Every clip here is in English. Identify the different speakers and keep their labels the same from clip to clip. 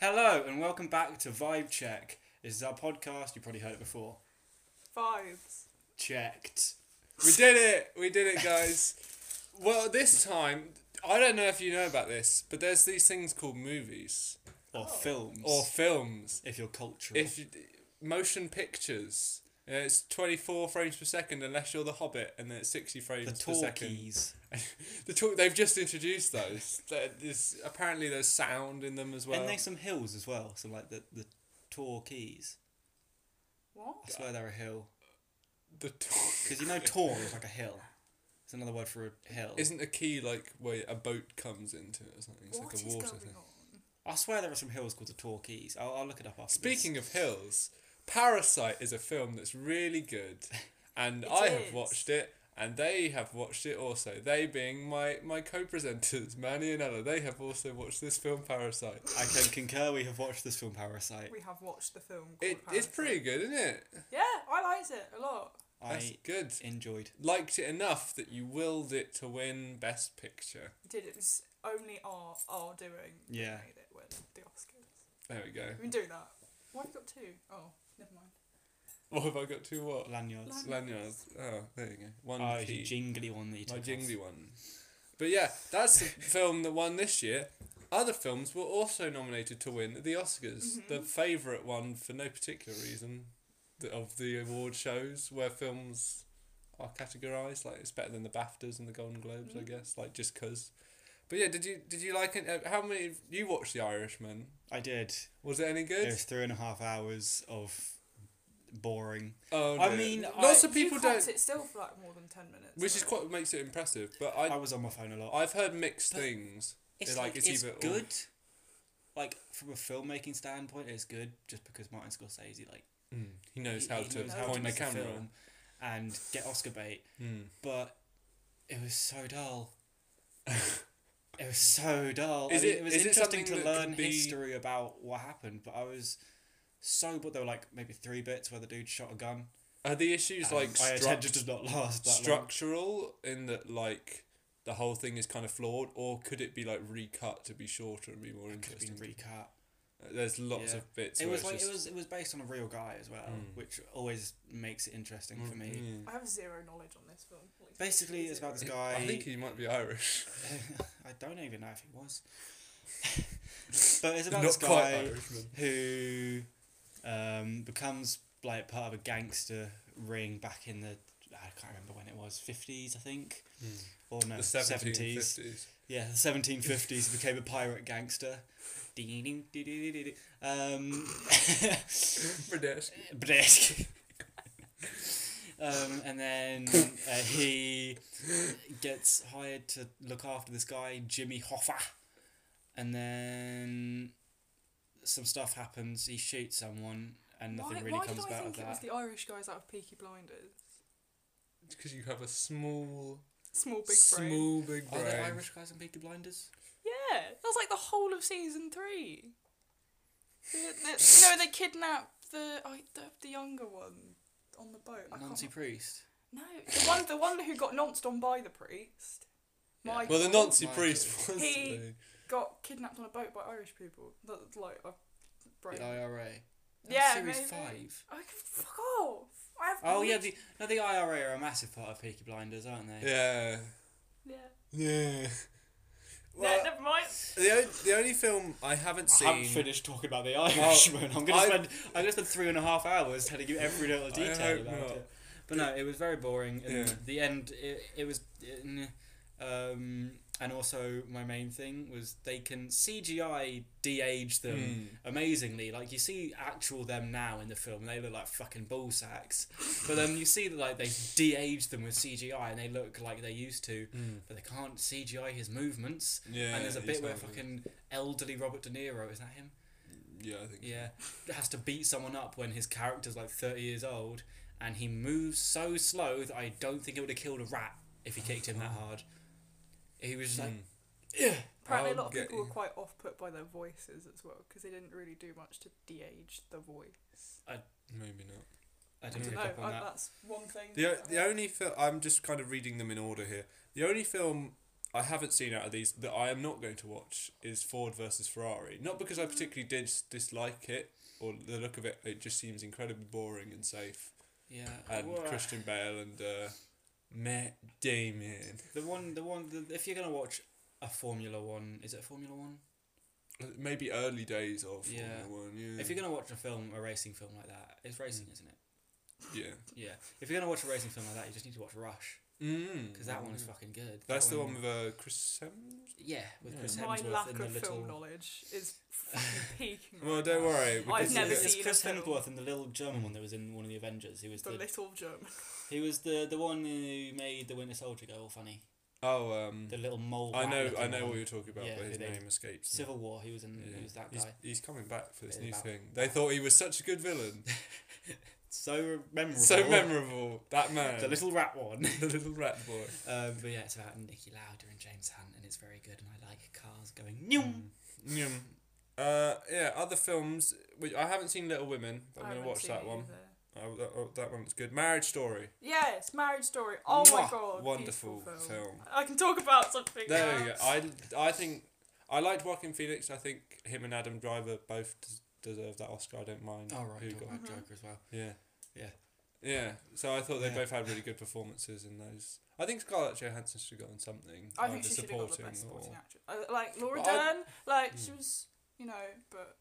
Speaker 1: Hello and welcome back to Vibe Check. This is our podcast. You probably heard it before.
Speaker 2: Vibes.
Speaker 1: Checked.
Speaker 3: We did it! We did it, guys. well, this time, I don't know if you know about this, but there's these things called movies
Speaker 1: Or
Speaker 2: Oh.
Speaker 1: films.
Speaker 3: or films.
Speaker 1: if you're cultural.
Speaker 3: If you, motion pictures, and it's twenty four frames per second unless you're the Hobbit, and then it's sixty frames
Speaker 1: the
Speaker 3: per second.
Speaker 1: talkies.
Speaker 3: The talk. They've just introduced those. There- There's apparently there's sound in them as well.
Speaker 1: and there's some hills as well. So like the the Torquays. I
Speaker 2: What?
Speaker 1: swear they're a hill.
Speaker 3: the talk.
Speaker 1: Because you know Tor is like a hill. It's another word for a hill.
Speaker 3: Isn't a key like where a boat comes into it or something? It's
Speaker 2: What
Speaker 3: like
Speaker 2: is
Speaker 3: a water
Speaker 2: going
Speaker 3: thing.
Speaker 2: on?
Speaker 1: I swear there are some hills called the Torquays. I'll, I'll look it up after
Speaker 3: Speaking of hills, Parasite is a film that's really good, and
Speaker 2: It
Speaker 3: I
Speaker 2: is.
Speaker 3: have watched it, and they have watched it also. They being my my co-presenters, Manny and Ella, they have also watched this film, Parasite.
Speaker 1: I can concur we have watched this film Parasite.
Speaker 2: We have watched the film. Called
Speaker 3: It it's
Speaker 2: Parasite.
Speaker 3: pretty good, isn't it?
Speaker 2: Yeah, I liked it a lot.
Speaker 3: That's
Speaker 1: I
Speaker 3: good.
Speaker 1: enjoyed.
Speaker 3: Liked it enough that you willed it to win Best Picture.
Speaker 2: It did. It was only our our doing. that
Speaker 1: Yeah.
Speaker 2: Made it win the Oscars.
Speaker 3: There we go.
Speaker 2: We've been doing that. Why have you got two? Oh, never mind.
Speaker 3: What have I got? Two what?
Speaker 1: Lanyards.
Speaker 2: Lan-
Speaker 3: Lanyards. Oh, there you go. One
Speaker 1: Oh, it's
Speaker 3: key.
Speaker 1: a jingly one that you
Speaker 3: My
Speaker 1: took off.
Speaker 3: jingly one. But yeah, that's the film that won this year. Other films were also nominated to win the Oscars. The favourite one, for no particular reason, th- of the award shows where films are categorised. Like it's better than the BAFTAs and the Golden Globes, I guess. Like just 'cause. But yeah, did you did you like it? Uh, How many you watched The Irishman?
Speaker 1: I did.
Speaker 3: Was it any
Speaker 1: It
Speaker 3: good?
Speaker 1: was three and a half hours of boring.
Speaker 3: Oh,
Speaker 1: I
Speaker 3: dear.
Speaker 1: mean,
Speaker 3: lots
Speaker 1: I-
Speaker 3: of people
Speaker 2: you can't
Speaker 3: don't,
Speaker 2: sit still for like more than ten minutes.
Speaker 3: which is
Speaker 2: though.
Speaker 3: quite what makes it impressive. But
Speaker 1: I,
Speaker 3: I
Speaker 1: was on my phone a lot.
Speaker 3: I've heard mixed
Speaker 1: But
Speaker 3: things.
Speaker 1: it's
Speaker 3: like,
Speaker 1: like
Speaker 3: it's
Speaker 1: it's,
Speaker 3: either or.
Speaker 1: good. Like from a filmmaking standpoint, it's good just because Martin Scorsese like
Speaker 3: Mm, he knows
Speaker 1: he-
Speaker 3: how
Speaker 1: he
Speaker 3: to
Speaker 1: knows
Speaker 2: how to
Speaker 3: point the
Speaker 1: make a
Speaker 3: camera.
Speaker 1: film and get Oscar bait.
Speaker 3: Mm.
Speaker 1: But it was so dull.
Speaker 3: Mm.
Speaker 1: it was so dull. I
Speaker 3: Is
Speaker 1: mean,
Speaker 3: it-
Speaker 1: was
Speaker 3: is it
Speaker 1: interesting
Speaker 3: something
Speaker 1: to
Speaker 3: that could
Speaker 1: learn
Speaker 3: be-
Speaker 1: history about what happened, but I was so. But there were like maybe three bits where the dude shot a gun.
Speaker 3: Are the issues
Speaker 1: and
Speaker 3: like
Speaker 1: my
Speaker 3: struct-
Speaker 1: attention does not last. That long.
Speaker 3: structural in that like the whole thing is kind of flawed, or could it be like recut to be shorter and be more
Speaker 1: It could have
Speaker 3: interesting? Uh,
Speaker 1: been recut.
Speaker 3: There's lots
Speaker 1: Yeah.
Speaker 3: of bits.
Speaker 1: It
Speaker 3: where
Speaker 1: was
Speaker 3: it's
Speaker 1: like
Speaker 3: just,
Speaker 1: it was it was based on a real guy as well,
Speaker 3: Mm.
Speaker 1: which always makes it interesting for me.
Speaker 3: Mm,
Speaker 2: I have zero knowledge on this film. Like,
Speaker 1: Basically, it's about this
Speaker 3: yeah.
Speaker 1: guy.
Speaker 3: I think he might be Irish.
Speaker 1: I don't even know if he was. but it's about
Speaker 3: Not
Speaker 1: this
Speaker 3: quite
Speaker 1: guy
Speaker 3: Irishman.
Speaker 1: who um, becomes like part of a gangster ring back in the I can't remember when it was fifties I think or Mm. no
Speaker 3: the
Speaker 1: seventies
Speaker 3: 1750s.
Speaker 1: yeah the seventeen fifties became a pirate gangster. Ding, ding, ding, ding, ding, ding. Um,
Speaker 3: British.
Speaker 1: Bradesky. um, and then uh, he gets hired to look after this guy, Jimmy Hoffa. And then some stuff happens. He shoots someone, and nothing
Speaker 2: why,
Speaker 1: really
Speaker 2: why
Speaker 1: comes
Speaker 2: did I
Speaker 1: out
Speaker 2: think
Speaker 1: of
Speaker 2: it was
Speaker 1: that.
Speaker 2: the Irish guys out of Peaky Blinders?
Speaker 3: Because you have a small,
Speaker 2: Small big brain.
Speaker 3: small big
Speaker 1: Are
Speaker 3: brain.
Speaker 1: there Irish guys in Peaky Blinders?
Speaker 2: Yeah, that was like the whole of season three. The, the, you know, they kidnap the, I the the younger one on the boat. I
Speaker 1: Nancy
Speaker 2: can't,
Speaker 1: Priest.
Speaker 2: no, the one the one who got nonced on by the priest.
Speaker 1: Yeah.
Speaker 2: Michael
Speaker 3: Well, the Nazi
Speaker 1: Michael.
Speaker 3: priest was.
Speaker 2: He-
Speaker 3: the-
Speaker 2: got kidnapped on a boat by Irish people. That's like a brain.
Speaker 1: The IRA. That's
Speaker 2: Yeah,
Speaker 1: Series
Speaker 2: maybe.
Speaker 1: five.
Speaker 2: I can fuck off. I have
Speaker 1: Oh yeah,
Speaker 2: knowledge-
Speaker 1: the no, the IRA are a massive part of Peaky Blinders, aren't they?
Speaker 3: Yeah.
Speaker 2: yeah.
Speaker 3: Yeah.
Speaker 2: no, never mind.
Speaker 3: The, o- the only film I haven't seen.
Speaker 1: I haven't finished talking about the Irishman. I'm gonna
Speaker 3: I-
Speaker 1: spend I'm gonna spend three and a half hours telling you every little detail
Speaker 3: hope
Speaker 1: about
Speaker 3: not.
Speaker 1: it. But no, it was very boring. And
Speaker 3: Yeah.
Speaker 1: The end. It, it was. eh, Um, and also, my main thing was they can CGI de-age them
Speaker 3: Mm.
Speaker 1: amazingly. Like you see actual them now in the film, and they look like fucking ball sacks. but then you see that like they de-age them with CGI, and they look like they used to.
Speaker 3: Mm.
Speaker 1: But they can't CGI his movements.
Speaker 3: Yeah.
Speaker 1: Hmm. and there's a
Speaker 3: you
Speaker 1: bit where
Speaker 3: sound good.
Speaker 1: fucking elderly Robert De Niro is that him?
Speaker 3: Yeah, I think.
Speaker 1: Yeah, has to beat someone up when his character's like thirty years old, and he moves so slow that I don't think it would have killed a rat if he kicked him that hard. He was just like,
Speaker 3: Mm.
Speaker 2: Apparently, a
Speaker 3: I'll
Speaker 2: lot of
Speaker 3: get
Speaker 2: people
Speaker 3: you.
Speaker 2: were quite off put by their voices as well because they didn't really do much to de-age the voice.
Speaker 3: Maybe not.
Speaker 1: I
Speaker 2: I
Speaker 1: didn't
Speaker 2: don't
Speaker 1: pick
Speaker 2: know.
Speaker 1: up on
Speaker 2: I,
Speaker 1: that.
Speaker 2: that's one thing.
Speaker 3: The,
Speaker 2: that I-
Speaker 3: the only film. I'm just kind of reading them in order here. The only film I haven't seen out of these that I am not going to watch is Ford versus Ferrari. Not because
Speaker 1: Hmm.
Speaker 3: I particularly dis- dislike it or the look of it. It just seems incredibly boring and safe.
Speaker 1: Yeah.
Speaker 3: And
Speaker 1: Well,
Speaker 3: Christian Bale and uh, Matt Damon.
Speaker 1: The one, the one, the, if you're gonna watch a Formula One, is it Formula One?
Speaker 3: Maybe early days of
Speaker 1: Yeah.
Speaker 3: Formula One. Yeah. Hmm.
Speaker 1: If you're gonna watch a film, a racing film like that, it's racing, isn't it?
Speaker 3: yeah.
Speaker 1: Yeah. If you're gonna watch a racing film like that, you just need to watch Rush
Speaker 3: Mm.
Speaker 1: because that one is fucking good.
Speaker 3: That's
Speaker 1: That
Speaker 3: the one with uh, Chris Hemsworth.
Speaker 1: Yeah, with
Speaker 3: Yeah.
Speaker 1: Chris
Speaker 3: My
Speaker 2: My
Speaker 1: Hemsworth
Speaker 2: lack
Speaker 1: and the
Speaker 2: of
Speaker 1: little.
Speaker 2: film knowledge is fucking peaking.
Speaker 3: Well,
Speaker 2: right
Speaker 3: don't
Speaker 2: now.
Speaker 3: worry.
Speaker 2: I've
Speaker 3: because
Speaker 2: never
Speaker 3: it's-
Speaker 1: it's
Speaker 2: seen a
Speaker 1: Chris
Speaker 2: film.
Speaker 1: Hemsworth and the little German one that was in one of the Avengers. He was
Speaker 2: The
Speaker 1: the,
Speaker 2: little German.
Speaker 1: he was the the one who made the Winter Soldier go all funny.
Speaker 3: Oh, um,
Speaker 1: The little mole.
Speaker 3: I
Speaker 1: rat
Speaker 3: know,
Speaker 1: looking
Speaker 3: I know
Speaker 1: one.
Speaker 3: what you're talking about,
Speaker 1: Yeah,
Speaker 3: but
Speaker 1: who
Speaker 3: his
Speaker 1: they-
Speaker 3: name escapes. me.
Speaker 1: Civil War. He was in.
Speaker 3: Yeah.
Speaker 1: He was that
Speaker 3: he's,
Speaker 1: guy.
Speaker 3: he's coming back for this
Speaker 1: Yeah,
Speaker 3: new
Speaker 1: back-
Speaker 3: thing. They thought he was such a good villain,
Speaker 1: So memorable.
Speaker 3: so memorable. That man,
Speaker 1: The little rat one.
Speaker 3: the little rat boy. Hmm.
Speaker 1: Um, but yeah, it's about Nicky Lauder and James Hunt, and it's very good. And I like cars going Nyum!
Speaker 3: Nyum. Uh, yeah, other films which I haven't seen. Little Women. But I'm
Speaker 2: I
Speaker 3: gonna
Speaker 2: haven't
Speaker 3: watch
Speaker 2: seen
Speaker 3: that
Speaker 2: it
Speaker 3: one.
Speaker 2: either.
Speaker 3: Oh, that, oh, that one's good. Marriage Story.
Speaker 2: Yes, Marriage Story. Oh my
Speaker 1: Mwah.
Speaker 2: god.
Speaker 3: Wonderful
Speaker 2: beautiful
Speaker 3: film.
Speaker 2: I can talk about something.
Speaker 3: There
Speaker 2: now.
Speaker 3: we go. I I think I liked Joaquin Phoenix. I think him and Adam Driver both des- deserve that Oscar. I don't mind.
Speaker 1: Oh right,
Speaker 3: Mm. who
Speaker 1: talking
Speaker 3: got
Speaker 1: about
Speaker 2: Mhm.
Speaker 1: Joker as well.
Speaker 3: Yeah.
Speaker 1: Yeah.
Speaker 3: Yeah. So I thought they
Speaker 1: Yeah.
Speaker 3: both had really good performances in those. I think Scarlett Johansson should have gotten something.
Speaker 2: I think
Speaker 3: either
Speaker 2: she should have got the best
Speaker 3: or-
Speaker 2: supporting actress. Uh, like Laura
Speaker 3: But I-
Speaker 2: Dern, like she
Speaker 3: Mm.
Speaker 2: was, you know, but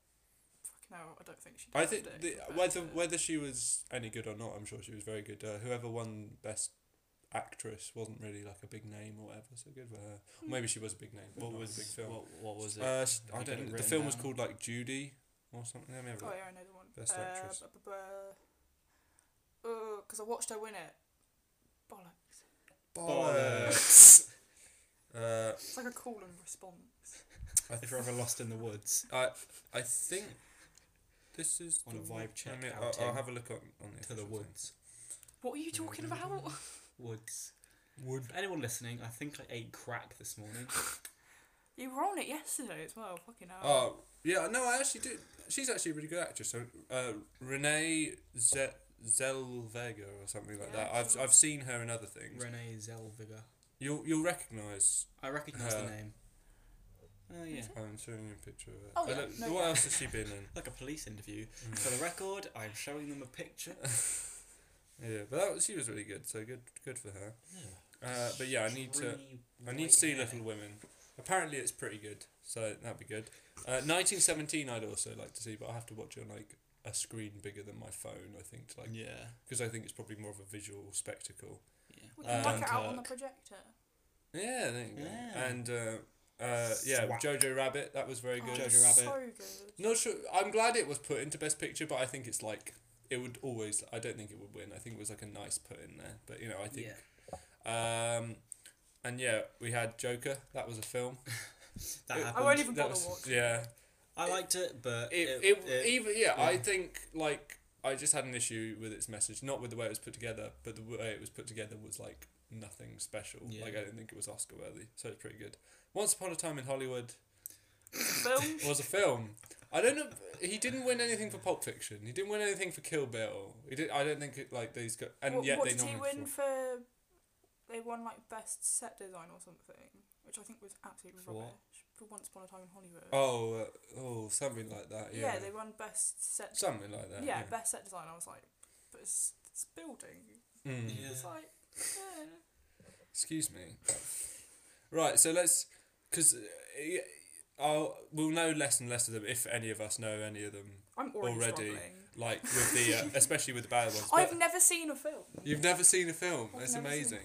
Speaker 2: fucking hell, I don't think she.
Speaker 3: I
Speaker 2: deserved
Speaker 3: think
Speaker 2: it
Speaker 3: the,
Speaker 2: compared
Speaker 3: whether
Speaker 2: to-
Speaker 3: whether she was any good or not, I'm sure she was very good. Uh, whoever won best actress wasn't really like a big name or whatever, so good for her.
Speaker 2: Hmm.
Speaker 3: Or maybe she was a big name. but
Speaker 1: What
Speaker 3: not a
Speaker 1: was
Speaker 3: big film?
Speaker 1: What, what was it?
Speaker 3: Uh, sh- I
Speaker 1: you got it
Speaker 3: don't. know. The
Speaker 1: written
Speaker 3: film was
Speaker 1: down?
Speaker 3: called like Judy or something. Let me have a
Speaker 2: Oh
Speaker 3: look.
Speaker 2: yeah, I know the one.
Speaker 3: Best
Speaker 2: uh,
Speaker 3: actress.
Speaker 2: Because Uh, I watched her win it. Bollocks!
Speaker 1: Bollocks.
Speaker 3: uh,
Speaker 2: It's like a call and response.
Speaker 3: I
Speaker 1: if you're ever lost in the woods,
Speaker 3: I I think this is
Speaker 1: On
Speaker 3: the
Speaker 1: a vibe
Speaker 3: one-
Speaker 1: check
Speaker 3: I mean, I'll,
Speaker 1: outing
Speaker 3: I'll have a look on on the
Speaker 1: to the
Speaker 3: official thing.
Speaker 1: woods,
Speaker 2: What are you talking about?
Speaker 1: woods.
Speaker 3: Wood.
Speaker 1: For anyone listening, I think I ate crack this morning.
Speaker 2: you were on it yesterday as well. Fucking hell.
Speaker 3: Oh yeah, no, I actually did. She's actually a really good actress. So uh, Renee Ze- Zellweger or something like
Speaker 2: Yeah,
Speaker 3: that. I've
Speaker 2: sure.
Speaker 3: I've seen her in other things.
Speaker 1: Renee Zellweger.
Speaker 3: You'll you'll recognise.
Speaker 1: I recognise the
Speaker 3: Her.
Speaker 1: name. Oh yeah,
Speaker 3: I'm showing you a picture of her.
Speaker 2: Oh,
Speaker 3: I
Speaker 2: yeah,
Speaker 3: don't-
Speaker 2: no
Speaker 3: what
Speaker 2: doubt.
Speaker 3: else has she been in?
Speaker 1: like a police interview.
Speaker 3: Mm.
Speaker 1: For the record, I'm showing them a picture.
Speaker 3: Yeah, but that was, she was really good. So good good for her. Uh, but yeah, I need to
Speaker 1: Stringy
Speaker 3: I need
Speaker 1: white
Speaker 3: to see
Speaker 1: hair.
Speaker 3: Little Women. Apparently, it's pretty good. So that'd be good. Uh, 1917, I'd also like to see, but I have to watch it on like a screen bigger than my phone. I think to like
Speaker 1: yeah,
Speaker 3: because I think it's probably more of a visual spectacle.
Speaker 1: yeah.
Speaker 2: we can whack
Speaker 3: and,
Speaker 2: it out on
Speaker 3: uh,
Speaker 2: the projector.
Speaker 3: Yeah, there you go.
Speaker 1: Yeah.
Speaker 3: And uh, uh, yeah,
Speaker 1: Swack.
Speaker 3: Jojo Rabbit, that was very
Speaker 2: Oh,
Speaker 3: good.
Speaker 1: Jojo
Speaker 2: it's
Speaker 1: Rabbit.
Speaker 2: So good.
Speaker 3: Not sure. I'm glad it was put into Best Picture, but I think it's like it would always. I don't think it would win. I think it was like a nice put in there, but you know, I think.
Speaker 1: yeah.
Speaker 3: Um, and yeah, we had Joker. That was a film.
Speaker 1: That
Speaker 3: It-
Speaker 1: happened.
Speaker 2: I won't even
Speaker 3: That
Speaker 2: bother
Speaker 3: was,
Speaker 2: watching.
Speaker 3: yeah,
Speaker 1: I liked it, but
Speaker 3: it, it, even yeah, I
Speaker 1: yeah.
Speaker 3: think like I just had an issue with its message, not with the way it was put together, but the way it was put together was like nothing special.
Speaker 1: Yeah.
Speaker 3: Like I didn't think it was Oscar worthy, so it's pretty good. Once upon a time in Hollywood
Speaker 2: Film.
Speaker 3: was a film. I don't know. He didn't win anything for Pulp Fiction. He didn't win anything for Kill Bill. He did. I don't think it, like these got. And
Speaker 2: what
Speaker 3: yet
Speaker 2: what
Speaker 3: they
Speaker 2: did he
Speaker 3: nominated
Speaker 2: win
Speaker 3: for-
Speaker 2: for? They won like best set design or something, which I think was absolutely
Speaker 1: For what?
Speaker 2: rubbish. For Once Upon a Time in Hollywood.
Speaker 3: Oh, uh, oh, something like that. Yeah.
Speaker 2: yeah. they won best set.
Speaker 3: something like that.
Speaker 2: yeah,
Speaker 3: Yeah.
Speaker 2: best set design. I was like, but it's, it's building.
Speaker 3: Mm.
Speaker 1: Yeah.
Speaker 2: It's like, yeah.
Speaker 3: Excuse me. right, so let's, because I'll we'll know less and less of them if any of us know any of them.
Speaker 2: I'm already,
Speaker 3: Already.
Speaker 2: struggling.
Speaker 3: Like with the, uh, especially with the bad ones. But
Speaker 2: I've never seen a film.
Speaker 3: you've never seen a film.
Speaker 2: I've
Speaker 3: That's
Speaker 2: never seen a
Speaker 3: amazing.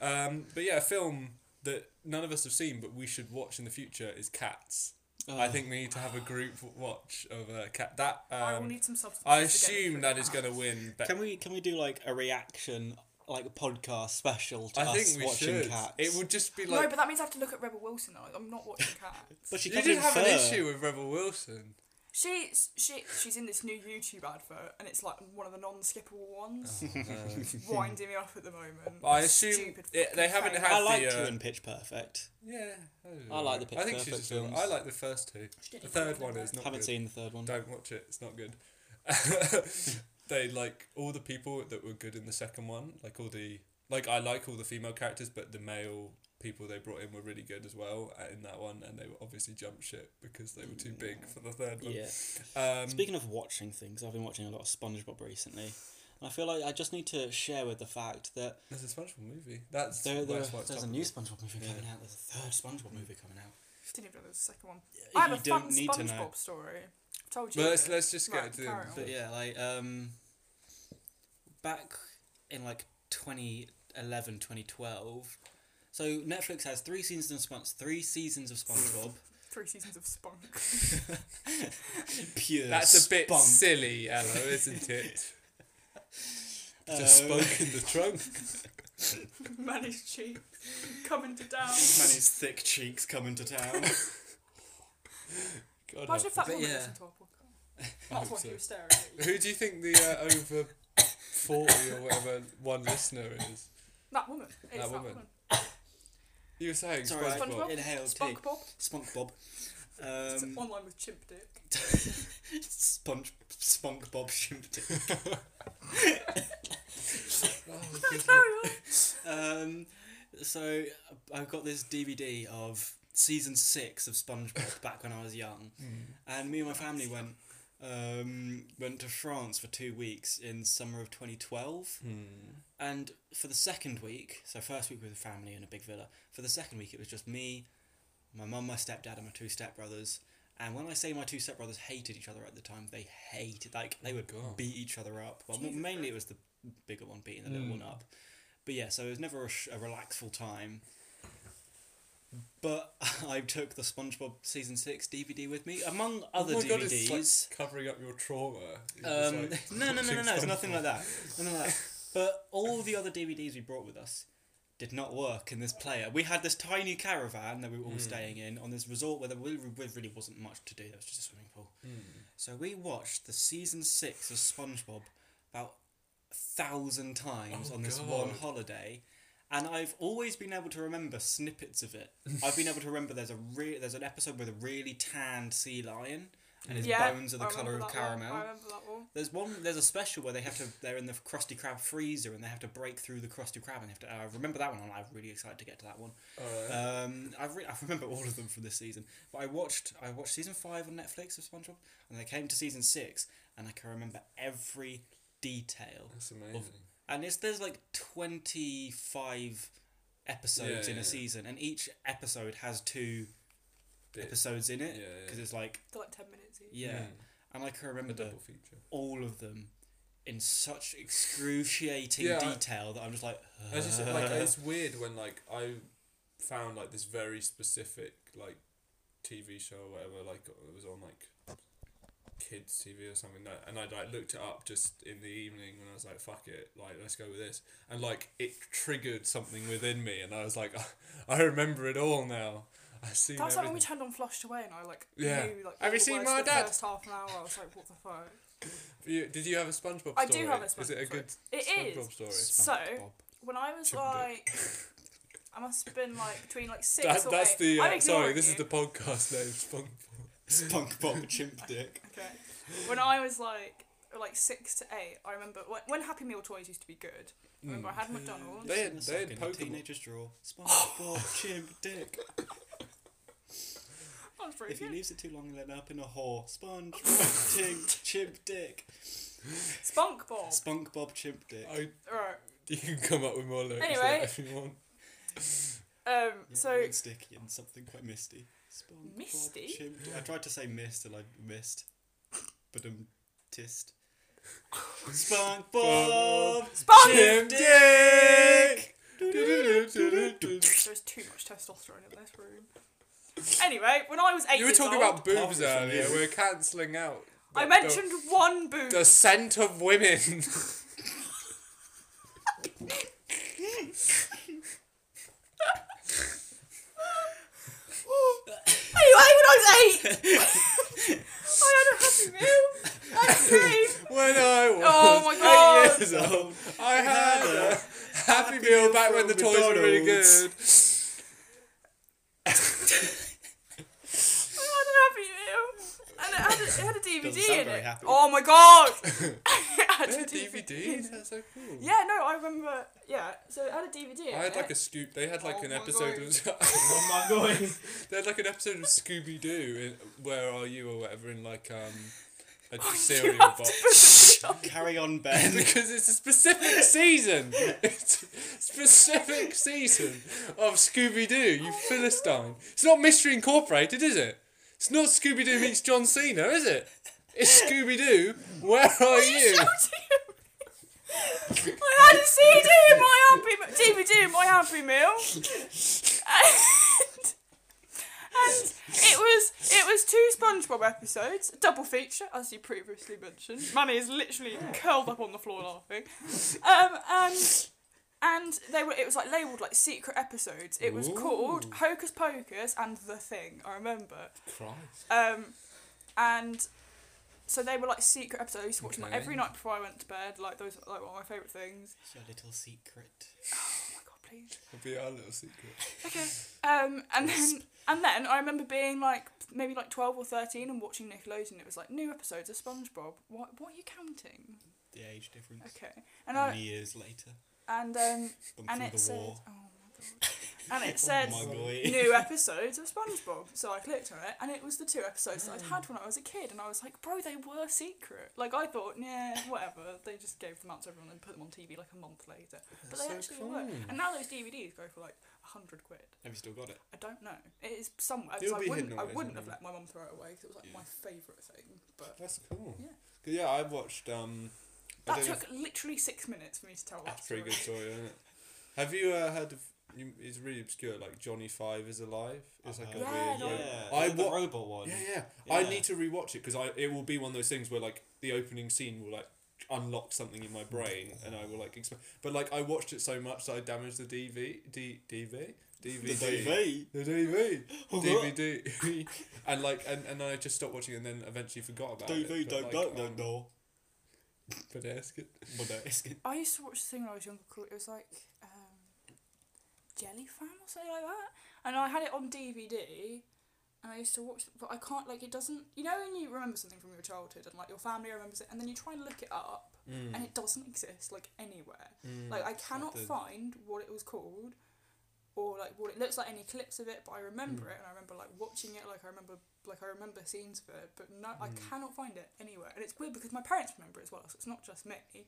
Speaker 2: film.
Speaker 3: Um, but yeah, a film that none of us have seen, but we should watch in the future is Cats. I think we need to have a group watch of uh, cat. That
Speaker 2: I will
Speaker 3: um,
Speaker 2: need some substance.
Speaker 3: I
Speaker 2: to get me
Speaker 3: assume
Speaker 2: through
Speaker 3: that is going to win. Be-
Speaker 1: Can we can we do like a reaction like a podcast special to
Speaker 3: I
Speaker 1: us
Speaker 3: think we
Speaker 1: watching
Speaker 3: should.
Speaker 1: cats?
Speaker 3: It would just be
Speaker 2: no,
Speaker 3: like
Speaker 2: but that means I have to look at Rebel Wilson. Though. I'm not watching Cats.
Speaker 1: But she
Speaker 3: you
Speaker 1: comes
Speaker 3: did
Speaker 1: in
Speaker 3: have an
Speaker 1: fur.
Speaker 3: issue with Rebel Wilson.
Speaker 2: she's she she's in this new YouTube advert, and it's like one of the non-skippable ones.
Speaker 3: Uh,
Speaker 2: Winding me up at the moment.
Speaker 3: But I assume
Speaker 2: Stupid
Speaker 3: it- they
Speaker 2: fucking
Speaker 3: haven't
Speaker 2: thing.
Speaker 3: had-
Speaker 1: I
Speaker 3: the,
Speaker 1: liked
Speaker 3: uh,
Speaker 1: her in Pitch Perfect.
Speaker 3: Yeah,
Speaker 1: I like the
Speaker 3: I think
Speaker 1: Pitch
Speaker 3: she's just.
Speaker 1: Perfect
Speaker 3: I
Speaker 1: films.
Speaker 3: like the first two.
Speaker 2: She
Speaker 3: The
Speaker 2: didn't
Speaker 3: third
Speaker 2: even
Speaker 3: one
Speaker 2: know.
Speaker 3: is not.
Speaker 1: Haven't
Speaker 3: good.
Speaker 1: seen the third one.
Speaker 3: Don't watch it. It's not good. they like all the people that were good in the second one. Like all the like I like all the female characters, but the male people they brought in were really good as well uh, in that one, and they were obviously jump ship because they were too big for the third one.
Speaker 1: Mm. Yeah.
Speaker 3: Um,
Speaker 1: Speaking of watching things, I've been watching a lot of SpongeBob recently, and I feel like I just need to share with the fact that
Speaker 3: there's a SpongeBob movie. That's
Speaker 1: there, there
Speaker 3: that's why it's
Speaker 1: there's a
Speaker 3: topical.
Speaker 1: new SpongeBob movie
Speaker 3: Yeah.
Speaker 1: coming out. There's a third SpongeBob movie coming out.
Speaker 2: Didn't even know there was a second one. I have
Speaker 1: you
Speaker 2: a
Speaker 1: don't
Speaker 2: fun
Speaker 1: need to know.
Speaker 2: SpongeBob story. I've told you.
Speaker 3: But let's
Speaker 2: this.
Speaker 3: let's just
Speaker 2: Right,
Speaker 3: get to the
Speaker 2: carry on.
Speaker 1: But yeah, like um, back in like 2011, 2012. So Netflix has three seasons of Spon- three seasons of SpongeBob.
Speaker 2: Three seasons of Spunk.
Speaker 1: Pure.
Speaker 3: That's a bit
Speaker 1: spunk.
Speaker 3: silly, Ella, isn't it?
Speaker 1: Um,
Speaker 3: Just spoke in the trunk.
Speaker 1: Oh.
Speaker 2: Managed cheap. Coming to down.
Speaker 1: Man, his thick cheeks coming to town.
Speaker 3: God,
Speaker 2: Imagine if that
Speaker 1: But
Speaker 2: woman
Speaker 1: yeah.
Speaker 2: listened to our podcast.
Speaker 3: I hope
Speaker 2: That's what
Speaker 3: so.
Speaker 2: you were staring at.
Speaker 3: Who do you think the uh, over 40 or whatever one listener is?
Speaker 2: That woman. It's that
Speaker 3: woman.
Speaker 2: woman.
Speaker 3: You were saying
Speaker 1: Sorry,
Speaker 3: SpongeBob.
Speaker 2: SpongeBob?
Speaker 1: inhaled tea.
Speaker 2: Spunk Bob.
Speaker 1: Spunk Bob.
Speaker 2: It's
Speaker 1: Um,
Speaker 2: online with Chimp Dick.
Speaker 1: Sponge, Spunk Bob Shimpton. Um, so I've got this DVD of season six of SpongeBob back when I was young, and me and my family went um, went to France for two weeks in summer of twenty twelve, and for the second week, so first week with the family in a big villa. For the second week, it was just me, my mum, my stepdad, and my two stepbrothers. And when I say my two stepbrothers hated each other at the time, they hated like they would
Speaker 3: God.
Speaker 1: beat each other up. Well,
Speaker 2: Jesus
Speaker 1: mainly it was the bigger one beating the little
Speaker 3: Mm.
Speaker 1: one up. But yeah, so it was never a, sh- a relaxful time. But I took the SpongeBob season six DVD with me, among other
Speaker 3: oh my God,
Speaker 1: DVDs.
Speaker 3: it's like covering up your trauma. It's
Speaker 1: Um,
Speaker 3: like
Speaker 1: no, no, no, no, no. It's
Speaker 3: watching
Speaker 1: nothing like
Speaker 3: SpongeBob.
Speaker 1: that. Nothing like that. But all the other DVDs we brought with us did not work in this player. We had this tiny caravan that we were
Speaker 3: Hmm.
Speaker 1: all staying in on this resort where there really, really wasn't much to do. There was just a swimming pool. So we watched the season six of SpongeBob about a thousand times
Speaker 3: Oh,
Speaker 1: on this
Speaker 3: God.
Speaker 1: one holiday. And I've always been able to remember snippets of it. I've been able to remember there's a re- there's an episode with a really tanned sea lion, and
Speaker 3: Hmm.
Speaker 1: his
Speaker 2: Yeah.
Speaker 1: bones are the
Speaker 2: I
Speaker 1: color
Speaker 2: remember
Speaker 1: of
Speaker 2: that
Speaker 1: caramel.
Speaker 2: One. I remember that one.
Speaker 1: There's one. There's a special where they have to. They're in the Krusty Krab freezer and they have to break through the Krusty Krab and they have to. I remember that one. and I'm really excited to get to that one.
Speaker 3: Alright.
Speaker 1: Um, I re- I remember all of them from this season. But I watched I watched season five on Netflix of SpongeBob and they came to season six and I can remember every detail.
Speaker 3: That's amazing.
Speaker 1: And it's there's like twenty five episodes
Speaker 3: Yeah,
Speaker 1: in
Speaker 3: yeah, yeah.
Speaker 1: a season and each episode has two
Speaker 3: Bit.
Speaker 1: episodes in it
Speaker 3: Yeah, yeah.
Speaker 1: because it's like
Speaker 2: They're like 10 minutes each.
Speaker 1: yeah.
Speaker 3: Mm.
Speaker 1: And I can remember
Speaker 3: A
Speaker 1: the
Speaker 3: double feature.
Speaker 1: all of them in such excruciating
Speaker 3: Yeah, I-
Speaker 1: detail that I'm just like,
Speaker 3: I just like it's weird when like I found like this very specific like TV show or whatever like it was on like kids TV or something like, and I like looked it up just in the evening and I was like fuck it like let's go with this and like it triggered something within me and I was like I remember it all now I see
Speaker 2: That's like when we
Speaker 3: everything.
Speaker 2: turned on Flushed Away and I like
Speaker 3: Yeah.
Speaker 2: knew like
Speaker 3: Have you
Speaker 2: the
Speaker 3: seen
Speaker 2: words
Speaker 3: my
Speaker 2: for the
Speaker 3: dad?
Speaker 2: first half an hour I was like what the fuck
Speaker 3: You- did you have a SpongeBob story
Speaker 2: I do have a
Speaker 3: is it a
Speaker 2: SpongeBob
Speaker 3: good
Speaker 2: It is.
Speaker 3: SpongeBob
Speaker 1: "Oh,
Speaker 3: story
Speaker 2: So,
Speaker 1: SpongeBob.
Speaker 2: when I was
Speaker 3: Chimp
Speaker 2: like I must have been like between like 6
Speaker 3: that,
Speaker 2: or
Speaker 3: that's
Speaker 2: 8
Speaker 3: the
Speaker 2: I'm
Speaker 3: uh, sorry
Speaker 2: ignoring
Speaker 3: this
Speaker 2: you.
Speaker 3: is the podcast name SpongeBob
Speaker 1: Spunk Bob Chimp Dick.
Speaker 2: Okay. When I was like like six to eight, I remember when, when Happy Meal toys used to be good. I remember I had McDonald's.
Speaker 3: Mm. They had- they had
Speaker 1: Second,
Speaker 3: Pokemon.
Speaker 1: Teenagers draw SpongeBob Chimp Dick.
Speaker 2: That was pretty
Speaker 1: If he
Speaker 2: good.
Speaker 1: leaves it too long, he'll end up in a whore. SpongeBob Chimp Chimp Dick.
Speaker 2: Spunk Bob.
Speaker 1: Spunk Bob Chimp Dick.
Speaker 3: I
Speaker 2: Alright.
Speaker 3: You can come up with more lyrics
Speaker 2: Anyway.
Speaker 3: if you want.
Speaker 2: Um.
Speaker 1: Yeah,
Speaker 2: So
Speaker 1: it's sticky and something quite misty. Spunk
Speaker 2: Misty?
Speaker 1: Bob Chimp. Dick. I tried to say mist and I missed, but um, tist. Spunk Bob.
Speaker 2: Spunk.
Speaker 3: Jim Dick!
Speaker 2: There's too much testosterone in this room. Anyway, when I was eight,
Speaker 3: You were
Speaker 2: years
Speaker 3: talking
Speaker 2: old,
Speaker 3: about boobs
Speaker 1: Apart from
Speaker 3: earlier.
Speaker 1: you.
Speaker 3: We're cancelling out.
Speaker 2: I
Speaker 3: the-
Speaker 2: mentioned one boob.
Speaker 3: the, the scent of women.
Speaker 2: Anyway, when I was eight, I had a Happy Meal. That's three.
Speaker 3: when I was
Speaker 2: Oh my God.
Speaker 3: eight years old, I had a happy meal
Speaker 1: Meal
Speaker 3: back when the
Speaker 1: from
Speaker 3: toys were really good.
Speaker 1: McDonald's.
Speaker 2: I had a Happy Meal, and it had a, it had the DVD
Speaker 1: Doesn't sound
Speaker 2: in
Speaker 1: very
Speaker 2: it.
Speaker 1: happy.
Speaker 2: Oh my god! It had
Speaker 3: They
Speaker 2: a
Speaker 3: had
Speaker 2: in it.
Speaker 3: DVDs. That's so cool.
Speaker 2: Yeah, no, I remember. Yeah, so it had a DVD. in
Speaker 3: I had
Speaker 2: it.
Speaker 3: like a scoop. They had like
Speaker 2: Oh
Speaker 3: an
Speaker 2: my
Speaker 3: episode of.
Speaker 4: Oh my god.
Speaker 3: they had like an episode of Scooby Doo in Where Are You or whatever in like um a
Speaker 2: Oh, you
Speaker 3: cereal
Speaker 2: have to
Speaker 3: box.
Speaker 2: put it on.
Speaker 1: Carry on, Ben.
Speaker 3: because it's a specific season. It's a specific season of Scooby Doo, you Philistine. It's not Mystery Incorporated, is it? It's not Scooby Doo meets John Cena, is it? It's Scooby Doo, where are
Speaker 2: What are you
Speaker 3: you?
Speaker 2: shouting at me? I had a CD in my happy Meal- DVD in my happy meal, and, and it was it was two SpongeBob episodes, a double feature as you previously mentioned. Manny is literally curled up on the floor laughing, um, and and they were it was like labeled like secret episodes. It was called
Speaker 3: Ooh.
Speaker 2: Hocus Pocus and the Thing. I remember.
Speaker 3: Christ.
Speaker 2: Um, and so they were like secret episodes. I used to watch them
Speaker 3: Okay.
Speaker 2: every night before I went to bed. Like those, are, like one of my favorite things.
Speaker 1: Your little secret.
Speaker 2: Oh my god, please.
Speaker 3: It'll be our little secret.
Speaker 2: Okay. Um, and then and then I remember being like maybe like twelve or thirteen and watching Nickelodeon. It was like new episodes of SpongeBob. What what are you counting?
Speaker 1: The age difference.
Speaker 2: Okay. And
Speaker 1: Many
Speaker 2: I
Speaker 1: years later.
Speaker 2: and um
Speaker 1: Gone
Speaker 2: and
Speaker 1: through
Speaker 2: it
Speaker 1: the
Speaker 2: said
Speaker 1: war.
Speaker 2: oh my god and it said
Speaker 1: oh my boy.
Speaker 2: new episodes of SpongeBob. So I clicked on it, and it was the two episodes that I'd had when I was a kid, and I was like, bro, they were secret. Like I thought, yeah, whatever. They just gave them out to everyone and put them on TV like a month later, but
Speaker 3: That's
Speaker 2: they
Speaker 3: so
Speaker 2: actually
Speaker 3: cool.
Speaker 2: were. And now those DVDs go for like a hundred quid.
Speaker 1: Have you still got it?
Speaker 2: I don't know. It is somewhere. 'cause
Speaker 3: It'll
Speaker 2: I
Speaker 3: be
Speaker 2: wouldn't.
Speaker 3: hidden
Speaker 2: I
Speaker 3: away
Speaker 2: wouldn't have
Speaker 3: somewhere.
Speaker 2: let my mum throw it away because it was like
Speaker 1: Yeah.
Speaker 2: my favourite thing. But
Speaker 3: That's cool.
Speaker 2: Yeah.
Speaker 3: 'Cause, Yeah, I watched. um
Speaker 2: that
Speaker 3: I don't know if-
Speaker 2: took literally six minutes for me to tell that
Speaker 3: That's a pretty
Speaker 2: story.
Speaker 3: good story, isn't it? Have you uh, heard of. You, it's really obscure, like Johnny Five is Alive. It's like a
Speaker 2: Yeah,
Speaker 3: weird.
Speaker 2: no,
Speaker 3: like-
Speaker 1: yeah.
Speaker 3: I
Speaker 1: Is it the
Speaker 3: wa-
Speaker 1: robot one.
Speaker 3: Yeah, yeah, I
Speaker 1: Yeah.
Speaker 3: need to rewatch it because I it will be one of those things where like the opening scene will like unlock something in my brain and I will like expect. But like I watched it so much that I damaged the DV D DV
Speaker 1: The
Speaker 3: DVD.
Speaker 1: DV.
Speaker 3: The DV,
Speaker 1: Oh, what?
Speaker 3: DVD, and like, and, and I just stopped watching, and then eventually forgot about
Speaker 1: DV don't
Speaker 3: it. but,
Speaker 1: don't
Speaker 3: like,
Speaker 1: don't
Speaker 3: um,
Speaker 1: know.
Speaker 3: but it's good.
Speaker 1: But no, it's good.
Speaker 2: I used to watch this thing when I was younger called it was like um, Jelly Fam or something like that, and I had it on DVD, and I used to watch, it, but I can't like it doesn't. You know when you remember something from your childhood and like your family remembers it, and then you try and look it up,
Speaker 3: Mm, Hmm.
Speaker 2: and it doesn't exist like anywhere. Like I cannot
Speaker 3: the-
Speaker 2: find what it was called, or like what it looks like any clips of it. But I remember
Speaker 3: Mm.
Speaker 2: it, and I remember like watching it. Like I remember like I remember scenes of it, but no, I
Speaker 3: Mm.
Speaker 2: cannot find it anywhere. And it's weird because my parents remember it as well, so it's not just me.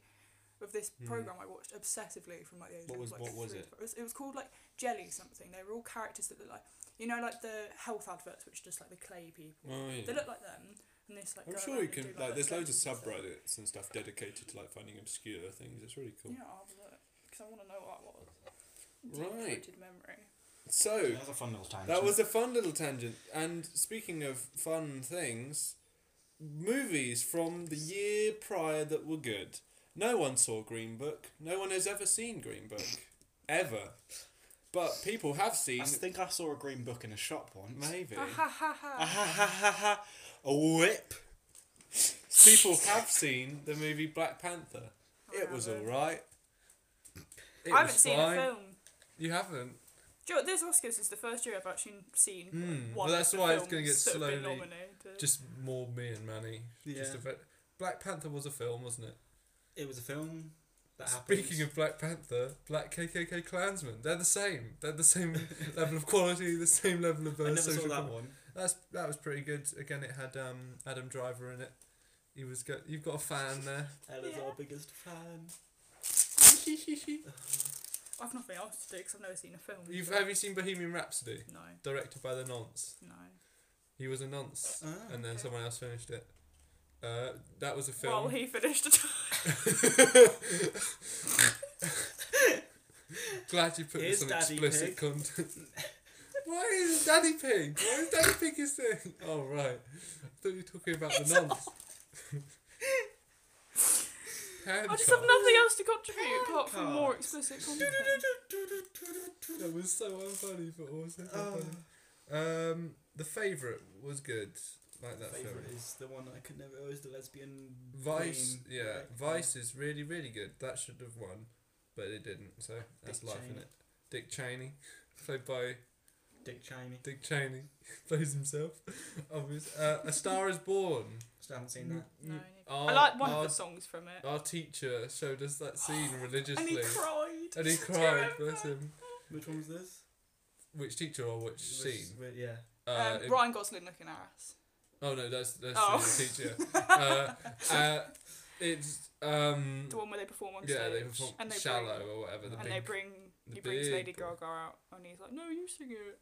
Speaker 2: With this
Speaker 3: Mm.
Speaker 2: program I watched obsessively from like the age
Speaker 1: What
Speaker 2: of,
Speaker 1: was-
Speaker 2: like
Speaker 1: what was
Speaker 2: three
Speaker 1: it?
Speaker 2: to- It was, it was called like Jelly something. They were all characters that look like you know like the health adverts, which are just like the clay people.
Speaker 3: Oh, yeah.
Speaker 2: They look like them, and they just, like.
Speaker 3: I'm
Speaker 2: go
Speaker 3: sure
Speaker 2: around
Speaker 3: you
Speaker 2: and
Speaker 3: can
Speaker 2: do,
Speaker 3: like, There's
Speaker 2: little
Speaker 3: loads of
Speaker 2: games and stuff.
Speaker 3: subreddits and stuff dedicated to like finding obscure things. It's really cool.
Speaker 2: Yeah, I'll have a look because I want to know what I was.
Speaker 3: Right.
Speaker 2: Deep-rooted memory.
Speaker 3: So.
Speaker 1: That was a fun little time.
Speaker 3: That was a fun little tangent. And speaking of fun things, movies from the year prior that were good. No one saw Green Book. No one has ever seen Green Book. Ever. But people have seen.
Speaker 1: I think I saw a green book in a shop once.
Speaker 3: Maybe.
Speaker 2: Ah, ha ha ha.
Speaker 1: Ah, ha ha ha ha. A whip.
Speaker 3: People have seen the movie Black Panther. It was
Speaker 2: Oh, haven't.
Speaker 3: alright. It
Speaker 2: I haven't
Speaker 3: was
Speaker 2: seen
Speaker 3: fine.
Speaker 2: a film.
Speaker 3: You haven't?
Speaker 2: Do you know, this Oscars is the first year I've actually seen
Speaker 3: Mm.
Speaker 2: one.
Speaker 3: Well, that's
Speaker 2: of the
Speaker 3: why it's
Speaker 2: films
Speaker 3: gonna get
Speaker 2: that have been
Speaker 3: slowly-
Speaker 2: nominated.
Speaker 3: Just more me and Manny. Just
Speaker 1: Yeah.
Speaker 3: a bit. Black Panther was a film, wasn't it?
Speaker 1: It was a film that happened.
Speaker 3: Speaking of Black Panther, Black KKK Klansmen, they're the same. They're the same level of quality, the same level of uh,
Speaker 1: I never saw
Speaker 3: social.
Speaker 1: that
Speaker 3: com-
Speaker 1: one.
Speaker 3: That's that was pretty good. Again, it had um, Adam Driver in it. He was go- You've got a fan there.
Speaker 1: Ella's
Speaker 2: Yeah.
Speaker 1: our biggest fan.
Speaker 2: I've nothing else to do because I've never seen a film.
Speaker 3: You've have you seen Bohemian Rhapsody?
Speaker 2: No,
Speaker 3: Directed by the nonce.
Speaker 2: no.
Speaker 3: He was a nonce,
Speaker 1: Ah,
Speaker 3: and then
Speaker 2: okay.
Speaker 3: someone else finished it. Uh, that was a
Speaker 2: While
Speaker 3: film.
Speaker 2: he finished it.
Speaker 3: Glad you put
Speaker 1: Here's
Speaker 3: this on
Speaker 1: Daddy
Speaker 3: explicit
Speaker 1: Pig.
Speaker 3: content. Why is it Daddy Pig? Why is Daddy Pig his thing? Oh right, I thought you were talking about the nuns. Hand
Speaker 2: I just have
Speaker 3: cart.
Speaker 2: nothing else to contribute apart from
Speaker 1: Handcuffs.
Speaker 2: more explicit content.
Speaker 3: That was so unfunny, but also so
Speaker 1: Oh.
Speaker 4: Um,
Speaker 3: funny. Um, the favorite was good, like that
Speaker 4: Favorite
Speaker 3: film.
Speaker 4: is the one I could never. Always the lesbian.
Speaker 3: Vice,
Speaker 4: queen,
Speaker 3: yeah,
Speaker 4: right?
Speaker 3: Vice is really really good. That should have won, but it didn't. So that's
Speaker 4: Dick
Speaker 3: life in
Speaker 4: Cheney.
Speaker 3: it. Dick Cheney, played by
Speaker 4: Dick Cheney.
Speaker 3: Dick Cheney plays himself. Obvious. Uh, A Star Is Born.
Speaker 4: Still haven't seen that.
Speaker 2: No,
Speaker 3: Mm,
Speaker 2: neither.
Speaker 3: Our,
Speaker 2: I like one
Speaker 3: our,
Speaker 2: of the songs from it.
Speaker 3: Our teacher showed us that scene religiously,
Speaker 2: And he cried.
Speaker 3: And
Speaker 2: Do
Speaker 3: he
Speaker 2: you
Speaker 3: cried.
Speaker 2: remember?
Speaker 3: Bless him.
Speaker 4: Which one was this?
Speaker 3: Which teacher or which
Speaker 4: It was
Speaker 3: scene?
Speaker 4: with- yeah.
Speaker 3: Uh,
Speaker 2: um,
Speaker 3: it-
Speaker 2: Ryan Gosling looking ass.
Speaker 3: oh no, that's that's
Speaker 2: Oh.
Speaker 3: the teacher. uh, uh, it's um.
Speaker 2: The one where they perform on
Speaker 3: Yeah,
Speaker 2: stage.
Speaker 3: they perform
Speaker 2: and they
Speaker 3: shallow
Speaker 2: Bring,
Speaker 3: or whatever. The
Speaker 2: and
Speaker 3: big,
Speaker 2: they bring
Speaker 3: the
Speaker 2: he brings
Speaker 3: big
Speaker 2: Lady
Speaker 3: ball.
Speaker 2: Gaga out, and he's like, "No, you sing it."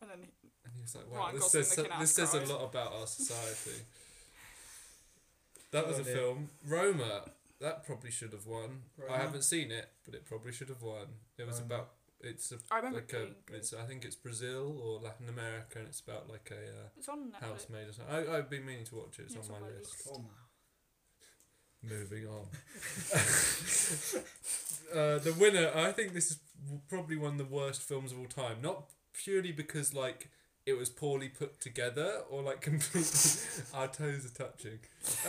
Speaker 2: And then he-
Speaker 3: and he was like, wow,
Speaker 2: Ryan
Speaker 3: this
Speaker 2: Gosling
Speaker 3: says,
Speaker 2: looking
Speaker 3: this says
Speaker 2: outside.
Speaker 3: a lot about our society. that was
Speaker 4: Oh,
Speaker 3: a
Speaker 4: dear.
Speaker 3: film. Roma. That probably should have won. I
Speaker 4: Roma?
Speaker 3: haven't seen it, but it probably should have won. It was
Speaker 4: Roma.
Speaker 3: about. It's a
Speaker 2: I remember
Speaker 3: like
Speaker 2: it
Speaker 3: a.
Speaker 2: being good.
Speaker 3: It's I think it's Brazil or Latin America, and it's about like a
Speaker 2: It's on Netflix.
Speaker 3: uh, housemaid or something. I, I've been meaning to watch it. It's
Speaker 2: Yeah, it's
Speaker 3: on
Speaker 2: on
Speaker 3: my
Speaker 2: my
Speaker 3: list.
Speaker 4: Oh my.
Speaker 3: Moving on. uh, the winner, I think this is w- probably one of the worst films of all time. Not purely because like it was poorly put together or like completely our toes are touching.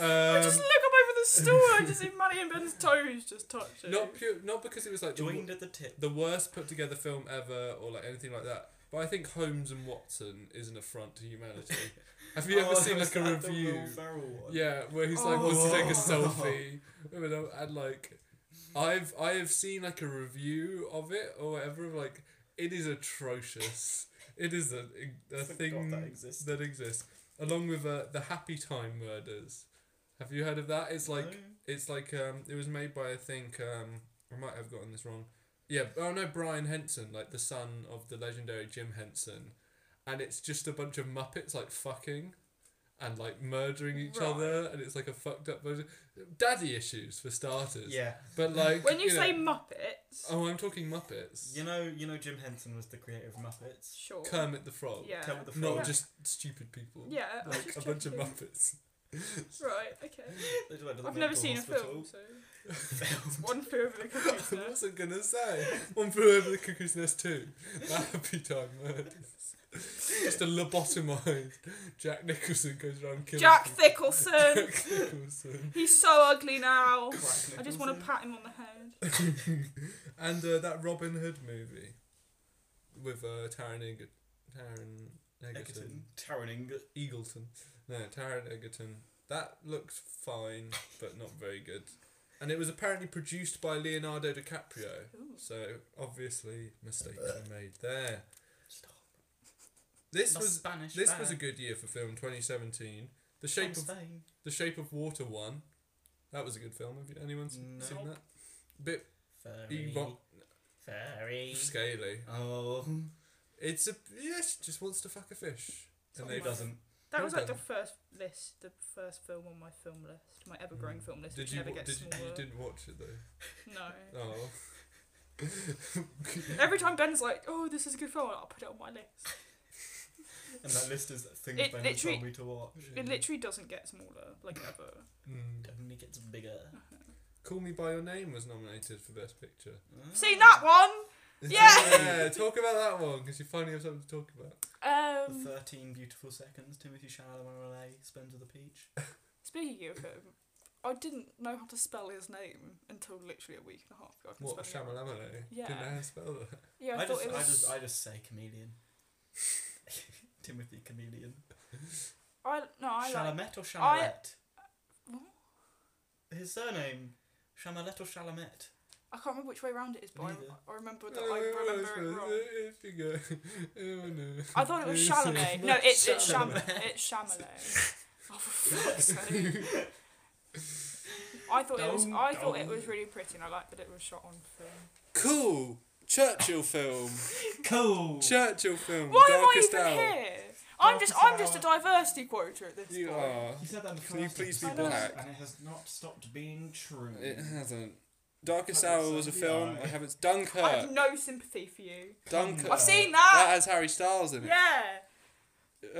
Speaker 2: I just
Speaker 3: Um,
Speaker 2: look up over the stool and I just see Manny and Ben's toes just touching.
Speaker 3: not pure, not because it was like the, w-
Speaker 4: Joined at the tip.
Speaker 3: the worst put together film ever or like anything like that. But I think Holmes and Watson is an affront to humanity. Have you ever
Speaker 4: Oh,
Speaker 3: seen
Speaker 4: was
Speaker 3: like a
Speaker 4: that the Will
Speaker 3: review?
Speaker 4: Ferrell one?
Speaker 3: Yeah, where he's like wants to take a
Speaker 4: Oh.
Speaker 3: selfie, you know, and like, I've I have seen like a review of it or whatever. of, Like, it is atrocious. It is a a
Speaker 4: Forgot
Speaker 3: thing
Speaker 4: that existed.
Speaker 3: that exists, along with uh, the Happy Time Murders. Have you heard of that? It's like
Speaker 4: No.
Speaker 3: it's like um it was made by I think um I might have gotten this wrong. Yeah, oh no, Brian Henson, like the son of the legendary Jim Henson, and it's just a bunch of Muppets like fucking, and like murdering each
Speaker 2: Right.
Speaker 3: other, and it's like a fucked up version. Daddy issues for starters.
Speaker 4: Yeah.
Speaker 3: But like
Speaker 2: When you,
Speaker 3: know-
Speaker 2: say Muppets,
Speaker 3: oh, I'm talking Muppets.
Speaker 4: You know, you know, Jim Henson was the creator of Muppets.
Speaker 2: sure.
Speaker 3: Kermit the Frog.
Speaker 2: yeah.
Speaker 4: Kermit the
Speaker 3: Not
Speaker 4: Frog.
Speaker 3: just stupid people.
Speaker 2: yeah. I was
Speaker 3: Like
Speaker 2: just
Speaker 3: a bunch of
Speaker 2: checking.
Speaker 3: Muppets.
Speaker 2: Right. Okay.
Speaker 4: They just went to the
Speaker 2: I've never
Speaker 4: mental
Speaker 2: seen a film,
Speaker 4: hospital.
Speaker 2: so
Speaker 4: Filmed.
Speaker 2: one film of the
Speaker 3: I
Speaker 2: computer.
Speaker 3: wasn't gonna say. One flew over the cuckoo's nest too. That happy time murders. Just a lobotomized Jack Nicholson goes around killing.
Speaker 2: Jack
Speaker 3: people.
Speaker 2: Thickelson.
Speaker 3: Jack Nicholson.
Speaker 2: He's so ugly now.
Speaker 4: Crack
Speaker 2: I just want to
Speaker 4: Nicholson.
Speaker 2: pat him on the head.
Speaker 3: and uh, that Robin Hood movie with uh, Taron Eg- Taron Egerton.
Speaker 4: Egerton. Taron Egerton.
Speaker 3: Eagleton. No, Taron Egerton. That looked fine, but not very good. And it was apparently produced by Leonardo DiCaprio.
Speaker 2: Ooh.
Speaker 3: So obviously mistakes were made there.
Speaker 4: Stop.
Speaker 3: This
Speaker 4: The
Speaker 3: was
Speaker 4: Spanish
Speaker 3: this was a
Speaker 4: bag.
Speaker 3: good year for film. Twenty seventeen. The shape of
Speaker 4: Spain.
Speaker 3: the shape of water won. That was a good film. Have you, anyone s-
Speaker 4: No.
Speaker 3: seen that? Bit
Speaker 4: Furry.
Speaker 3: Evo-
Speaker 4: Furry.
Speaker 3: scaly.
Speaker 4: Oh. It's
Speaker 3: It's a yes. Just wants to fuck a fish. And
Speaker 2: Something
Speaker 3: they
Speaker 2: like
Speaker 3: doesn't.
Speaker 2: That
Speaker 3: Well
Speaker 2: was like the
Speaker 3: done.
Speaker 2: first list, the first film on my film list, my ever-growing film list,
Speaker 3: Mm. Did
Speaker 2: which
Speaker 3: you?
Speaker 2: never
Speaker 3: wa-
Speaker 2: gets
Speaker 3: Did you,
Speaker 2: smaller.
Speaker 3: you didn't watch it though?
Speaker 2: No.
Speaker 3: Oh.
Speaker 2: Every time Ben's like, "Oh, this is a good film," I'll put it on my list.
Speaker 4: and that list is things
Speaker 2: It
Speaker 4: Ben
Speaker 2: literally-
Speaker 4: told me to watch.
Speaker 2: It literally doesn't get smaller, like ever.
Speaker 3: Mm.
Speaker 4: It only gets bigger.
Speaker 3: Call Me by Your Name was nominated for Best Picture.
Speaker 1: Ah.
Speaker 2: Seen that one? Yeah.
Speaker 3: yeah talk about that one because you finally have something to talk about.
Speaker 4: Ah. The
Speaker 2: Um,
Speaker 4: Thirteen Beautiful Seconds. Timothy Chalamet spends with a peach.
Speaker 2: speaking of him, I didn't know how to spell his name until literally a week and a half ago. I can
Speaker 3: What
Speaker 2: spell it right.
Speaker 3: Shamalamale? Didn't know
Speaker 2: Yeah.
Speaker 3: how to spell that.
Speaker 2: Yeah, I,
Speaker 4: I
Speaker 2: thought
Speaker 4: just,
Speaker 2: it
Speaker 4: I
Speaker 2: was.
Speaker 4: just, I just say chameleon. Timothy Chameleon.
Speaker 2: I, no, I
Speaker 4: Chalamet
Speaker 2: like.
Speaker 4: or Chalamet?
Speaker 2: What?
Speaker 4: His surname, Chamalet or Chalamet.
Speaker 2: I can't remember which way around it is, but I,
Speaker 4: Neither.
Speaker 2: I remember that I remember it wrong.
Speaker 3: If you go, oh no.
Speaker 2: I thought it was Chalamet. No, it's it's Cham it's Chalamet. Oh, for fuck's sake. I thought it was I thought it was really pretty and I liked that it was shot on film.
Speaker 3: Cool Churchill film.
Speaker 4: Cool.
Speaker 3: Churchill film.
Speaker 2: Why
Speaker 3: Darkest
Speaker 2: am I even
Speaker 3: Hour.
Speaker 2: here? I'm just
Speaker 4: Darkest
Speaker 2: I'm just a
Speaker 4: Hour.
Speaker 2: diversity quota at this
Speaker 3: You
Speaker 2: point.
Speaker 3: are.
Speaker 4: You said that in the
Speaker 3: Can you
Speaker 4: first
Speaker 3: please be
Speaker 4: episode,
Speaker 2: black?
Speaker 4: And it has not stopped being true.
Speaker 3: It hasn't. Darkest
Speaker 4: Fucking
Speaker 3: Hour was a
Speaker 4: zombie
Speaker 3: film.
Speaker 4: eye.
Speaker 3: I haven't.
Speaker 2: I have
Speaker 3: Dunkirk.
Speaker 2: no sympathy for you.
Speaker 3: Dunkirk.
Speaker 2: I've seen
Speaker 3: That
Speaker 2: that.
Speaker 3: has Harry Styles in it.
Speaker 2: Yeah,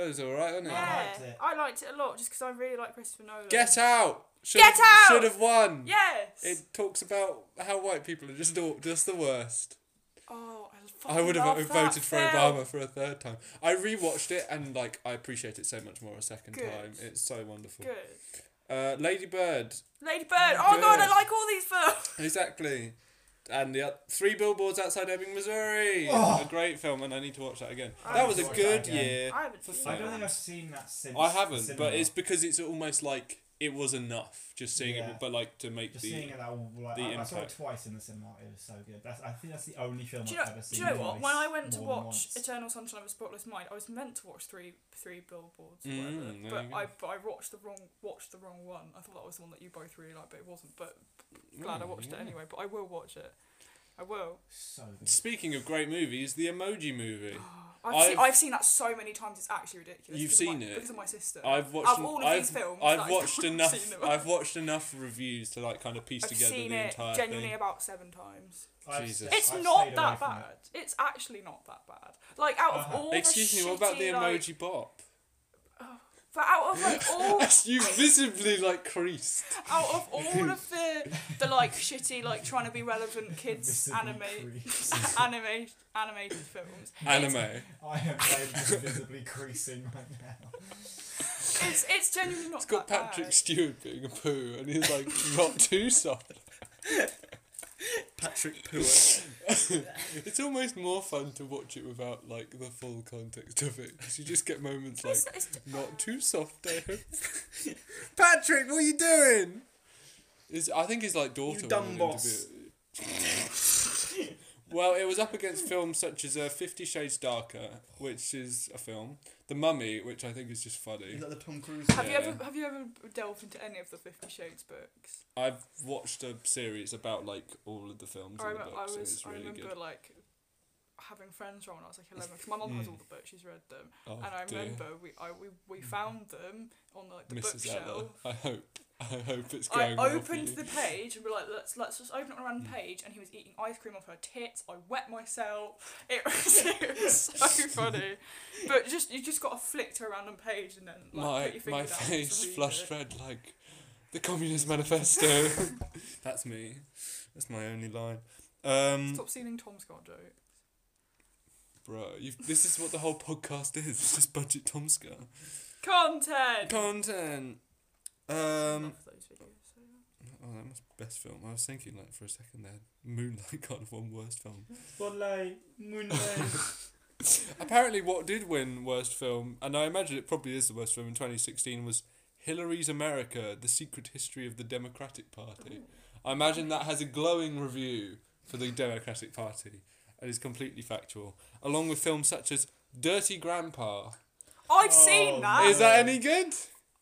Speaker 3: It was alright, wasn't it?
Speaker 2: yeah.
Speaker 4: liked it.
Speaker 2: I liked it a lot just because I really like Christopher Nolan.
Speaker 3: Get Out. Should,
Speaker 2: Get Out!
Speaker 3: Should have won.
Speaker 2: Yes.
Speaker 3: It talks about how white people are just all, just the worst.
Speaker 2: oh, I, fucking
Speaker 3: I would have
Speaker 2: love that
Speaker 3: voted for
Speaker 2: film.
Speaker 3: Obama for a third time. I rewatched it and like I appreciate it so much more a second
Speaker 2: Good.
Speaker 3: time. It's so wonderful.
Speaker 2: Good.
Speaker 3: Uh, Lady Bird,
Speaker 2: Lady Bird. Oh god, I
Speaker 3: Good.
Speaker 2: like all these films.
Speaker 3: exactly. and the oth- Three Billboards Outside Ebbing, Missouri.
Speaker 1: Oh.
Speaker 3: A great film, and I need to watch that again.
Speaker 2: I
Speaker 3: that
Speaker 2: need
Speaker 3: was
Speaker 2: to
Speaker 3: a
Speaker 2: watch
Speaker 3: good
Speaker 1: that again.
Speaker 3: year.
Speaker 2: I haven't
Speaker 3: for
Speaker 2: seen
Speaker 3: fun.
Speaker 1: I
Speaker 2: that.
Speaker 1: don't think I've seen that since.
Speaker 3: I haven't, but
Speaker 1: cinema.
Speaker 3: it's because it's almost like it was enough just seeing
Speaker 1: Yeah.
Speaker 3: it, but like to make
Speaker 1: Just
Speaker 3: the.
Speaker 1: seeing it that all, like,
Speaker 3: the
Speaker 1: I, I saw it
Speaker 3: impact.
Speaker 1: twice in the cinema. It was so good. That's I think that's the only film
Speaker 2: Do you know,
Speaker 1: I've ever
Speaker 2: do
Speaker 1: seen.
Speaker 2: you know what? When I
Speaker 1: twice,
Speaker 2: went to
Speaker 1: more than
Speaker 2: watch
Speaker 1: once.
Speaker 2: Eternal Sunshine of a Spotless Mind, I was meant to watch three three billboards, or
Speaker 3: Mm,
Speaker 2: whatever,
Speaker 3: there you
Speaker 2: but
Speaker 3: go.
Speaker 2: I but I watched the wrong watched the wrong one. I thought that was the one that you both really liked, but it wasn't. But glad I
Speaker 3: Mm,
Speaker 2: watched
Speaker 3: yeah.
Speaker 2: it anyway. But I will watch it. I will.
Speaker 1: so good.
Speaker 3: Speaking of great movies, the Emoji Movie.
Speaker 2: I've,
Speaker 3: I've-
Speaker 2: seen, I've seen that so many times. It's actually ridiculous.
Speaker 3: You've
Speaker 2: because of my-
Speaker 3: seen it?
Speaker 2: because of my sister.
Speaker 3: I've watched.
Speaker 2: Out of all of
Speaker 3: I've,
Speaker 2: these films that
Speaker 3: I've
Speaker 2: I've
Speaker 3: watched
Speaker 2: not
Speaker 3: enough.
Speaker 2: seen them.
Speaker 3: I've watched enough reviews to like kind of piece
Speaker 2: I've
Speaker 3: together
Speaker 2: seen
Speaker 3: the
Speaker 2: it
Speaker 3: entire
Speaker 2: genuinely
Speaker 3: thing.
Speaker 2: about seven times.
Speaker 1: I've
Speaker 3: Jesus.
Speaker 1: sta-
Speaker 2: It's
Speaker 1: I've
Speaker 2: not
Speaker 1: stayed away
Speaker 2: that
Speaker 1: from
Speaker 2: bad. It's actually not that bad. Like out of
Speaker 1: Uh-huh.
Speaker 2: all
Speaker 3: Excuse
Speaker 2: the
Speaker 3: me, what about the
Speaker 2: shitty, like-
Speaker 3: Emoji Bop?
Speaker 2: but out of like all
Speaker 3: you visibly like creased.
Speaker 2: out of all of the the like shitty like trying to be relevant kids
Speaker 1: Visibly
Speaker 2: anime
Speaker 1: creased.
Speaker 2: anime animated films.
Speaker 3: Anime.
Speaker 1: I am so visibly creasing right now.
Speaker 2: It's it's genuinely not
Speaker 3: It's got
Speaker 2: that
Speaker 3: Patrick
Speaker 2: bad.
Speaker 3: Stewart being a poo, and he's like not too soft.
Speaker 1: Patrick Pooh.
Speaker 3: It's almost more fun to watch it without like the full context of it, 'cause you just get moments like
Speaker 2: It's- it's-
Speaker 3: not too soft. I hope. Patrick, what are you doing? Is I think his like daughter.
Speaker 5: You dumb
Speaker 3: wanted him to
Speaker 5: boss.
Speaker 3: be- well, it was up against films such as uh, Fifty Shades Darker, which is a film, The Mummy, which I think is just funny.
Speaker 1: Is that the Tom Cruise?
Speaker 2: have you
Speaker 3: Yeah.
Speaker 2: ever have you ever delved into any of the Fifty Shades books?
Speaker 3: I've watched a series about like all of the films
Speaker 2: I,
Speaker 3: and the
Speaker 2: remember, I
Speaker 3: books, and
Speaker 2: was
Speaker 3: it's
Speaker 2: I
Speaker 3: really
Speaker 2: remember
Speaker 3: good.
Speaker 2: like having friends around when I was like eleven. Cause my mum has all the books; she's read them,
Speaker 3: Mm. Oh,
Speaker 2: and I
Speaker 3: dear.
Speaker 2: remember we I, we, we found them on like the
Speaker 3: Mrs. Ella.
Speaker 2: bookshelf.
Speaker 3: I hope. I hope it's
Speaker 2: I
Speaker 3: going. well for
Speaker 2: opened
Speaker 3: you.
Speaker 2: the page and we were like, let's let's just open it on a random page, and he was eating ice cream off her tits. I wet myself. It was, it was so funny, but just you just got to flick to a random page and then like put your finger
Speaker 3: my my
Speaker 2: down
Speaker 3: face
Speaker 2: to read
Speaker 3: flushed
Speaker 2: it.
Speaker 3: red like the Communist Manifesto. That's me. That's my only line. Um,
Speaker 2: Stop stealing Tom Scott joke.
Speaker 3: bro, you've, this is what the whole podcast is. It's just budget Tomska
Speaker 2: Content.
Speaker 3: content.
Speaker 2: Love
Speaker 3: Um,
Speaker 2: those videos so much.
Speaker 3: oh, that was best film. I was thinking like for a second there, Moonlight kind of won worst film.
Speaker 1: Spotlight, Moonlight.
Speaker 3: Apparently, what did win worst film, and I imagine it probably is the worst film in twenty sixteen, was Hillary's America: The Secret History of the Democratic Party. I imagine that has a glowing review for the Democratic Party and is completely factual, along with films such as Dirty Grandpa.
Speaker 2: I've
Speaker 1: Oh,
Speaker 2: seen that.
Speaker 3: Is that any good?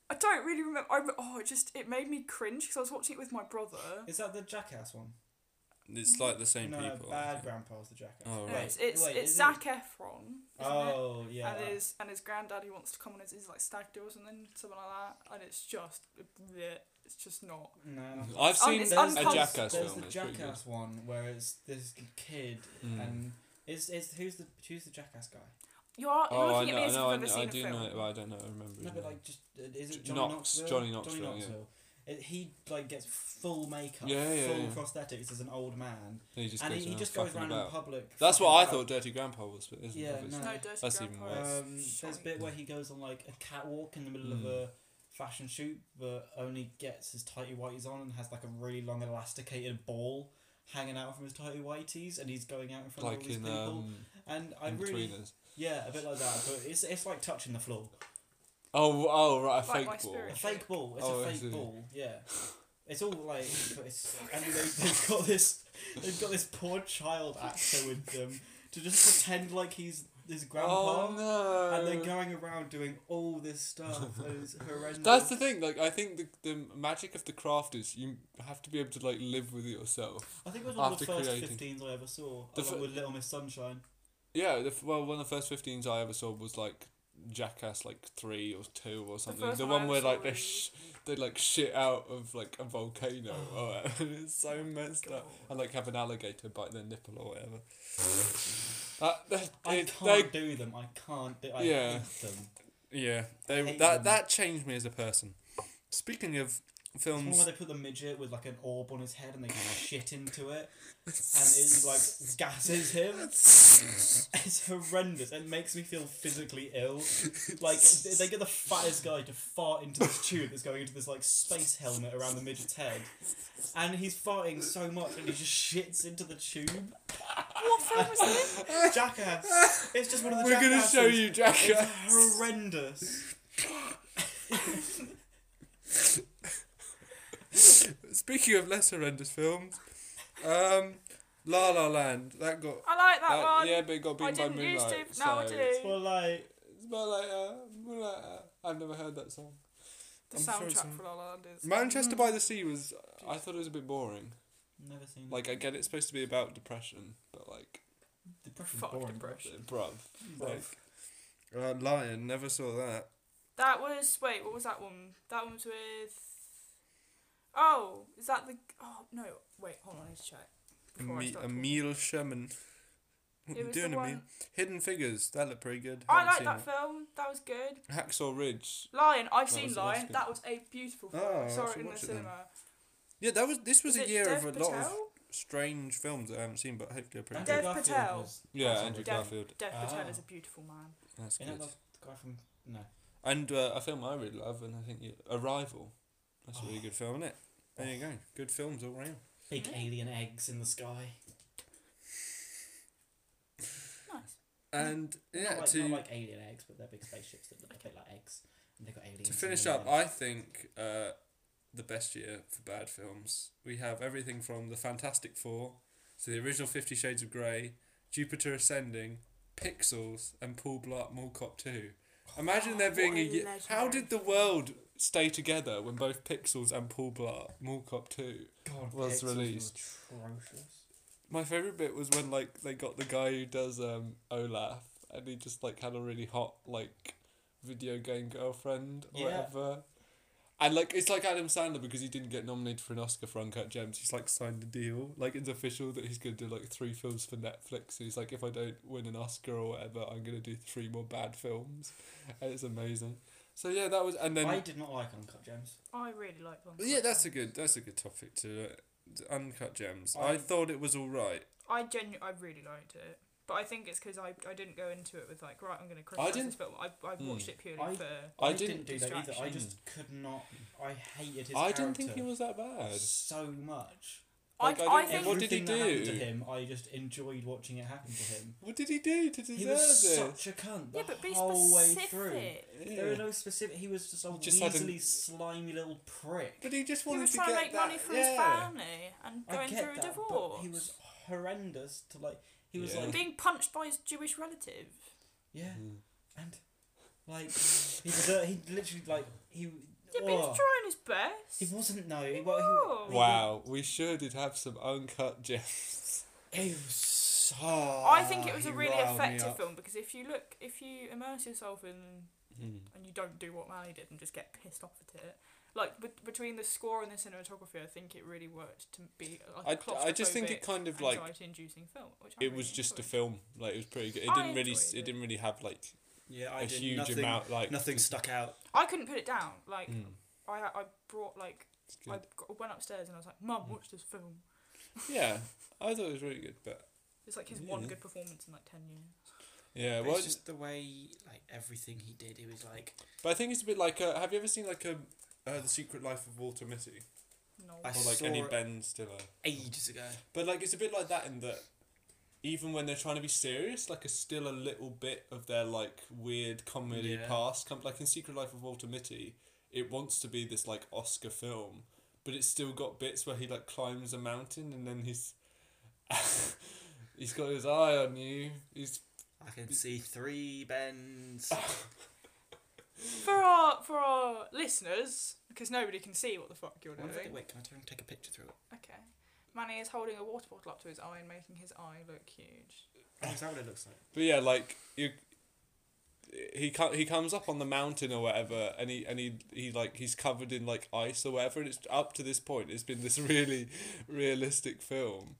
Speaker 2: I don't really remember. I, re- oh, it just it made me cringe because I was watching it with my brother.
Speaker 1: Is that the Jackass one?
Speaker 3: It's like the same
Speaker 1: Mm. no,
Speaker 3: people.
Speaker 1: Bad Grandpa's the Jackass.
Speaker 3: Oh,
Speaker 2: No,
Speaker 3: right.
Speaker 2: it's it's,
Speaker 1: Wait,
Speaker 2: it's
Speaker 1: is it-
Speaker 2: Zac Efron. Isn't it?
Speaker 1: Oh, yeah.
Speaker 2: and
Speaker 1: that.
Speaker 2: his and his granddad he wants to come on his, his like stag do or something something like that and it's just bleh, it's just not
Speaker 1: No.
Speaker 3: I've
Speaker 2: Um,
Speaker 3: seen
Speaker 2: it's
Speaker 3: a
Speaker 2: uncomfortable.
Speaker 3: Jackass
Speaker 1: there's
Speaker 3: film.
Speaker 1: the
Speaker 3: it's pretty good.
Speaker 1: Jackass one where it's this kid
Speaker 3: Mm.
Speaker 1: and is is who's the who's the Jackass guy?
Speaker 2: you are you're
Speaker 3: Oh, I
Speaker 2: looking
Speaker 3: know, I
Speaker 2: at me
Speaker 3: know, I,
Speaker 2: as if I've ever
Speaker 3: know, I
Speaker 2: seen
Speaker 3: do
Speaker 2: a film
Speaker 3: know it, but I don't know, I remember
Speaker 1: No,
Speaker 3: it.
Speaker 1: but
Speaker 3: now.
Speaker 1: like just uh, is
Speaker 3: J-
Speaker 1: it Johnny
Speaker 3: Knox-
Speaker 1: Knoxville?
Speaker 3: Johnny Knoxville, yeah.
Speaker 1: It- he like gets full makeup,
Speaker 3: Yeah, yeah,
Speaker 1: full
Speaker 3: yeah.
Speaker 1: prosthetics as an old man,
Speaker 3: And he just
Speaker 1: and
Speaker 3: goes
Speaker 1: he, he
Speaker 3: around
Speaker 1: just goes
Speaker 3: fucking
Speaker 1: around in
Speaker 3: about.
Speaker 1: public.
Speaker 3: That's
Speaker 1: fucking
Speaker 3: what I
Speaker 1: about.
Speaker 3: thought Dirty Grandpa was, but isn't
Speaker 1: Yeah,
Speaker 3: it? obviously?
Speaker 1: no.
Speaker 2: no dirty
Speaker 3: That's even
Speaker 2: grandpa
Speaker 3: worse.
Speaker 2: is
Speaker 1: Um, there's a
Speaker 2: shite.
Speaker 1: bit where he goes on like a catwalk in the middle of
Speaker 3: Mm.
Speaker 1: a fashion shoot, but only gets his tighty whities on and has like a really long elasticated ball hanging out from his tighty whities, and he's going out in front of
Speaker 3: Like
Speaker 1: all these
Speaker 3: in,
Speaker 1: people.
Speaker 3: um,
Speaker 1: and I
Speaker 3: in
Speaker 1: really,
Speaker 3: Betweeners.
Speaker 1: yeah, a bit like that, but it's it's like touching the floor.
Speaker 3: Oh, oh, right, a
Speaker 2: Like
Speaker 3: fake
Speaker 2: My
Speaker 3: ball.
Speaker 2: Spirit.
Speaker 1: A fake ball. It's
Speaker 3: Oh,
Speaker 1: a
Speaker 3: I see.
Speaker 1: fake ball. Yeah. It's all like, but it's and they've, they've got this, they've got this poor child actor with them to just pretend like he's his grandpa,
Speaker 3: Oh, no.
Speaker 1: and they're going around doing all this stuff. and It's horrendous.
Speaker 3: That's the thing. Like I think the the magic of the craft is you have to be able to like live with it yourself.
Speaker 1: I think it was one of the
Speaker 3: after
Speaker 1: first
Speaker 3: creating-
Speaker 1: fifteens I ever saw,
Speaker 3: The
Speaker 1: along
Speaker 3: fir-
Speaker 1: with Little Miss Sunshine.
Speaker 3: Yeah. The, f- well, one of the first fifteens I ever saw was like Jackass like three or two or something. The,
Speaker 2: first one I
Speaker 3: one
Speaker 2: ever
Speaker 3: where
Speaker 2: saw
Speaker 3: like they
Speaker 2: was-
Speaker 3: sh- they like shit out of like a volcano. Oh. it's so messed up. And like have an alligator bite their nipple or whatever. that, that,
Speaker 1: I
Speaker 3: it-
Speaker 1: can't do them. I can't do. I
Speaker 3: Yeah.
Speaker 1: hate them.
Speaker 3: they, yeah.
Speaker 1: I
Speaker 3: They
Speaker 1: hate
Speaker 3: that
Speaker 1: them.
Speaker 3: that changed me as a person. Speaking of
Speaker 1: It's one
Speaker 3: films.
Speaker 1: where they put the midget with like an orb on his head and they shit into it, and it like gases him. It's horrendous. It makes me feel physically ill. Like th- they get the fattest guy to fart into this tube that's going into this like space helmet around the midget's head, and he's farting so much and he just shits into the tube.
Speaker 2: What film was this?
Speaker 1: Jackass. It's just one of the.
Speaker 3: We're gonna show
Speaker 1: Jackasses.
Speaker 3: you Jackass.
Speaker 1: It's horrendous.
Speaker 3: Speaking of less horrendous films, um, La La Land that got
Speaker 2: I like that,
Speaker 3: that-
Speaker 2: one.
Speaker 3: yeah, but it got
Speaker 2: I
Speaker 3: beaten by
Speaker 2: didn't
Speaker 3: Moonlight.
Speaker 2: used to, now I
Speaker 3: so-
Speaker 2: do.
Speaker 1: Well, like
Speaker 3: Moonlighter, Moonlighter. uh, I've never heard that song.
Speaker 2: The
Speaker 3: I'm sorry,
Speaker 2: soundtrack
Speaker 3: Sam.
Speaker 2: for Mm. La La Land is.
Speaker 3: Manchester by the Sea was. I thought it was a bit boring.
Speaker 1: never seen.
Speaker 3: Like I get it's supposed to be about depression, but like,
Speaker 1: depression.
Speaker 2: Fuck
Speaker 1: boring.
Speaker 2: depression.
Speaker 3: bruv, like, uh, Lion never saw that.
Speaker 2: That was wait, what was that one? That one was with. Oh, is that the? Oh no, wait, hold on, I need to check. Before I
Speaker 3: Me-
Speaker 2: start talking.
Speaker 3: Emil Sherman. What
Speaker 2: It
Speaker 3: you
Speaker 2: was the
Speaker 3: doing, Emil?
Speaker 2: one-
Speaker 3: Hidden Figures. That looked pretty good.
Speaker 2: I
Speaker 3: Haven't
Speaker 2: like
Speaker 3: seen
Speaker 2: that film. That was good.
Speaker 3: it. Hacksaw Ridge.
Speaker 2: Lion, I've
Speaker 3: That
Speaker 2: seen
Speaker 3: was the
Speaker 2: Lion.
Speaker 3: last bit.
Speaker 2: That was a beautiful film.
Speaker 3: Oh,
Speaker 2: I
Speaker 3: I
Speaker 2: saw it
Speaker 3: should
Speaker 2: in the
Speaker 3: watch it then.
Speaker 2: cinema.
Speaker 3: Yeah, that was. This was
Speaker 2: Is
Speaker 3: a
Speaker 2: it
Speaker 3: year
Speaker 2: Dev
Speaker 3: of a
Speaker 2: Patel?
Speaker 3: lot of strange films that I haven't seen, but hopefully are pretty
Speaker 2: Dev
Speaker 3: good.
Speaker 2: Andrew Garfield Patel. was-
Speaker 3: Yeah,
Speaker 1: Sorry.
Speaker 3: Andrew
Speaker 2: Dev-
Speaker 3: Garfield.
Speaker 2: Dev Patel is
Speaker 1: Ah.
Speaker 2: a beautiful man.
Speaker 3: That's
Speaker 1: Isn't
Speaker 3: good.
Speaker 1: that the guy from no?
Speaker 3: And uh, a film I really love, and I think you, Arrival. That's a really
Speaker 1: Oh.
Speaker 3: good film, isn't it? There you go. Good films all round.
Speaker 1: Big
Speaker 2: Hmm?
Speaker 1: alien eggs in the sky.
Speaker 2: Nice.
Speaker 3: And yeah,
Speaker 1: Hmm. not like,
Speaker 3: to
Speaker 1: not like alien eggs, but they're big spaceships that look a bit like eggs, and they've got aliens.
Speaker 3: to
Speaker 1: in
Speaker 3: finish
Speaker 1: them
Speaker 3: up,
Speaker 1: and-
Speaker 3: I think uh, the best year for bad films. We have everything from the Fantastic Four, to the original Fifty Shades of Grey, Jupiter Ascending, Pixels, and Paul Blart Mall Cop Two. Imagine there
Speaker 2: What
Speaker 3: being a,
Speaker 2: a
Speaker 3: year. How
Speaker 2: legendary
Speaker 3: did the world stay together when both Pixels and Paul Blart Mall Cop Two
Speaker 1: God,
Speaker 3: was
Speaker 1: Pixels
Speaker 3: released.
Speaker 1: Atrocious.
Speaker 3: My favorite bit was when like they got the guy who does um Olaf, and he just like had a really hot like video game girlfriend or
Speaker 1: Yeah.
Speaker 3: whatever. And like it's like Adam Sandler because he didn't get nominated for an Oscar for Uncut Gems. He's like signed a deal, like it's official that he's gonna do like three films for Netflix. And he's like, if I don't win an Oscar or whatever, I'm gonna do three more bad films. And it's amazing. So yeah, that was and then
Speaker 1: I did not like Uncut Gems.
Speaker 2: I really like one.
Speaker 3: Well, yeah, that's a good that's a good topic to uh, to Uncut Gems. I
Speaker 1: I-
Speaker 3: thought it was all right.
Speaker 2: I genu- I really liked it, but I think it's because I, I didn't go into it with like right, I'm going to criticize
Speaker 3: didn't-
Speaker 2: this film. I I watched
Speaker 3: Mm.
Speaker 2: it purely
Speaker 1: I-
Speaker 2: for.
Speaker 3: I
Speaker 1: didn't, do
Speaker 3: didn't-
Speaker 1: that either. I just
Speaker 3: Distraction.
Speaker 1: could not. I hated his
Speaker 3: I
Speaker 1: character
Speaker 3: didn't think it was that bad.
Speaker 1: so much.
Speaker 3: Like,
Speaker 2: I,
Speaker 3: I
Speaker 2: I,
Speaker 3: didn't-
Speaker 2: think
Speaker 3: what did he
Speaker 1: Everything that happened to
Speaker 3: do?
Speaker 1: him, I just enjoyed watching it happen to him.
Speaker 3: What did he do to deserve
Speaker 1: He was
Speaker 3: this?
Speaker 1: such a cunt the
Speaker 2: yeah, but be
Speaker 1: whole way
Speaker 2: specific.
Speaker 1: through. There
Speaker 3: Yeah.
Speaker 1: were no specific. He was just a
Speaker 3: Just had
Speaker 1: weaselly, slimy little prick.
Speaker 3: But he just
Speaker 2: He
Speaker 3: wanted
Speaker 2: was
Speaker 3: to
Speaker 2: trying to
Speaker 3: get
Speaker 2: make
Speaker 3: that.
Speaker 2: money for
Speaker 3: yeah.
Speaker 2: his family and
Speaker 1: I
Speaker 2: going
Speaker 1: get
Speaker 2: through a
Speaker 1: that,
Speaker 2: divorce.
Speaker 1: But he was horrendous to like. He was
Speaker 3: Yeah.
Speaker 1: like,
Speaker 2: being punched by his Jewish relative.
Speaker 1: yeah,
Speaker 3: Mm.
Speaker 1: and like he deserved, he literally like he.
Speaker 2: Yeah, but he was
Speaker 1: oh,
Speaker 2: trying his best.
Speaker 1: he wasn't no. He,
Speaker 2: He
Speaker 1: well, he-
Speaker 2: was.
Speaker 1: he,
Speaker 3: Wow, we sure did have some uncut gems.
Speaker 1: He was so.
Speaker 2: I think it was
Speaker 3: Ah, he
Speaker 2: a really
Speaker 3: riled me
Speaker 2: effective
Speaker 3: up.
Speaker 2: film because if you look, if you immerse yourself in
Speaker 6: Hmm.
Speaker 2: and you don't do what Manny did and just get pissed off at it. Like bet- between the score and the cinematography, I think it really worked to be
Speaker 3: I,
Speaker 2: like a
Speaker 3: I just think it kind of like
Speaker 2: anxiety-inducing film. Which I
Speaker 3: it was
Speaker 2: really
Speaker 3: just a
Speaker 2: enjoyed.
Speaker 3: film. Like it was pretty good. It
Speaker 2: I
Speaker 3: didn't really
Speaker 2: enjoyed
Speaker 3: s-
Speaker 2: it.
Speaker 3: it didn't really have like
Speaker 6: Yeah,
Speaker 3: a
Speaker 6: I did
Speaker 3: huge
Speaker 6: nothing.
Speaker 3: amount like
Speaker 6: Nothing
Speaker 3: just-
Speaker 6: stuck out.
Speaker 2: I couldn't put it down. Like
Speaker 3: Mm,
Speaker 2: I, I brought like
Speaker 3: it's
Speaker 2: I
Speaker 3: good.
Speaker 2: g- went upstairs and I was like, "Mum,
Speaker 3: Mm.
Speaker 2: watch this film."
Speaker 3: Yeah, I thought it was really good, but
Speaker 2: It's like his one
Speaker 3: Yeah.
Speaker 2: good performance in like ten years.
Speaker 3: yeah,
Speaker 6: But
Speaker 3: well,
Speaker 6: it's just the way, like everything he did, it was like
Speaker 3: but I think it's a bit like. Uh, have you ever seen like a uh, the Secret Life of Walter Mitty
Speaker 2: No,
Speaker 6: I
Speaker 3: or like
Speaker 6: saw
Speaker 3: any
Speaker 6: it.
Speaker 3: Ben Stiller?
Speaker 6: ages ago.
Speaker 3: But like it's a bit like that in that even when they're trying to be serious, like it's still a little bit of their like weird comedy
Speaker 6: Yeah.
Speaker 3: past. Come like in Secret Life of Walter Mitty, it wants to be this like Oscar film, but it's still got bits where he like climbs a mountain and then he's he's got his eye on you. He's
Speaker 6: I can
Speaker 3: Mm.
Speaker 6: see three bends.
Speaker 3: Ah.
Speaker 2: for our for our listeners, because nobody can see what the fuck you're
Speaker 6: What
Speaker 2: doing.
Speaker 6: if I- wait, can I try and take a picture through it?
Speaker 2: Okay, Manny is holding a water bottle up to his eye and making his eye look huge.
Speaker 6: Oh,
Speaker 3: Ah.
Speaker 6: is that what it looks like?
Speaker 3: But yeah, like you, he co- he comes up on the mountain or whatever, and he and he he like he's covered in like ice or whatever, and it's up to this point, it's been this really realistic film,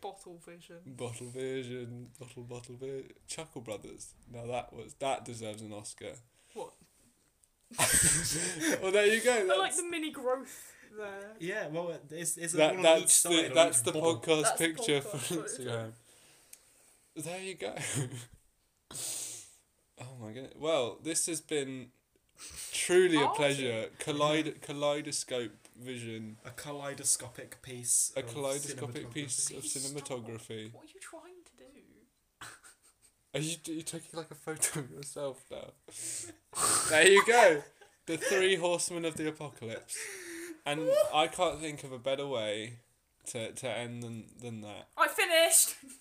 Speaker 2: Bottle vision.
Speaker 3: bottle vision, bottle bottle vision, Chuckle Brothers. Now that was that deserves an Oscar.
Speaker 2: What?
Speaker 3: well, there you go.
Speaker 2: I like
Speaker 3: That's,
Speaker 2: the mini growth there.
Speaker 4: Yeah, well, it's, it's
Speaker 3: that,
Speaker 4: one on each
Speaker 3: that's
Speaker 4: side.
Speaker 3: the,
Speaker 4: on
Speaker 3: that's
Speaker 4: each
Speaker 3: the
Speaker 4: bubble.
Speaker 3: podcast
Speaker 2: That's the
Speaker 3: picture
Speaker 2: podcast
Speaker 3: for
Speaker 2: photo.
Speaker 3: Instagram. There you go. oh my goodness. Well, this has been truly a
Speaker 2: Arty.
Speaker 3: pleasure. Kaleid- kaleidoscope vision.
Speaker 1: A kaleidoscopic piece.
Speaker 3: A
Speaker 1: of
Speaker 3: kaleidoscopic piece
Speaker 1: cinematography.
Speaker 3: of
Speaker 2: Please stop.
Speaker 3: cinematography.
Speaker 2: What are you trying to do?
Speaker 3: Are you, are you taking like a photo of yourself now? there you go. The three horsemen of the apocalypse. And I can't think of a better way to, to end than, than that.
Speaker 2: I finished.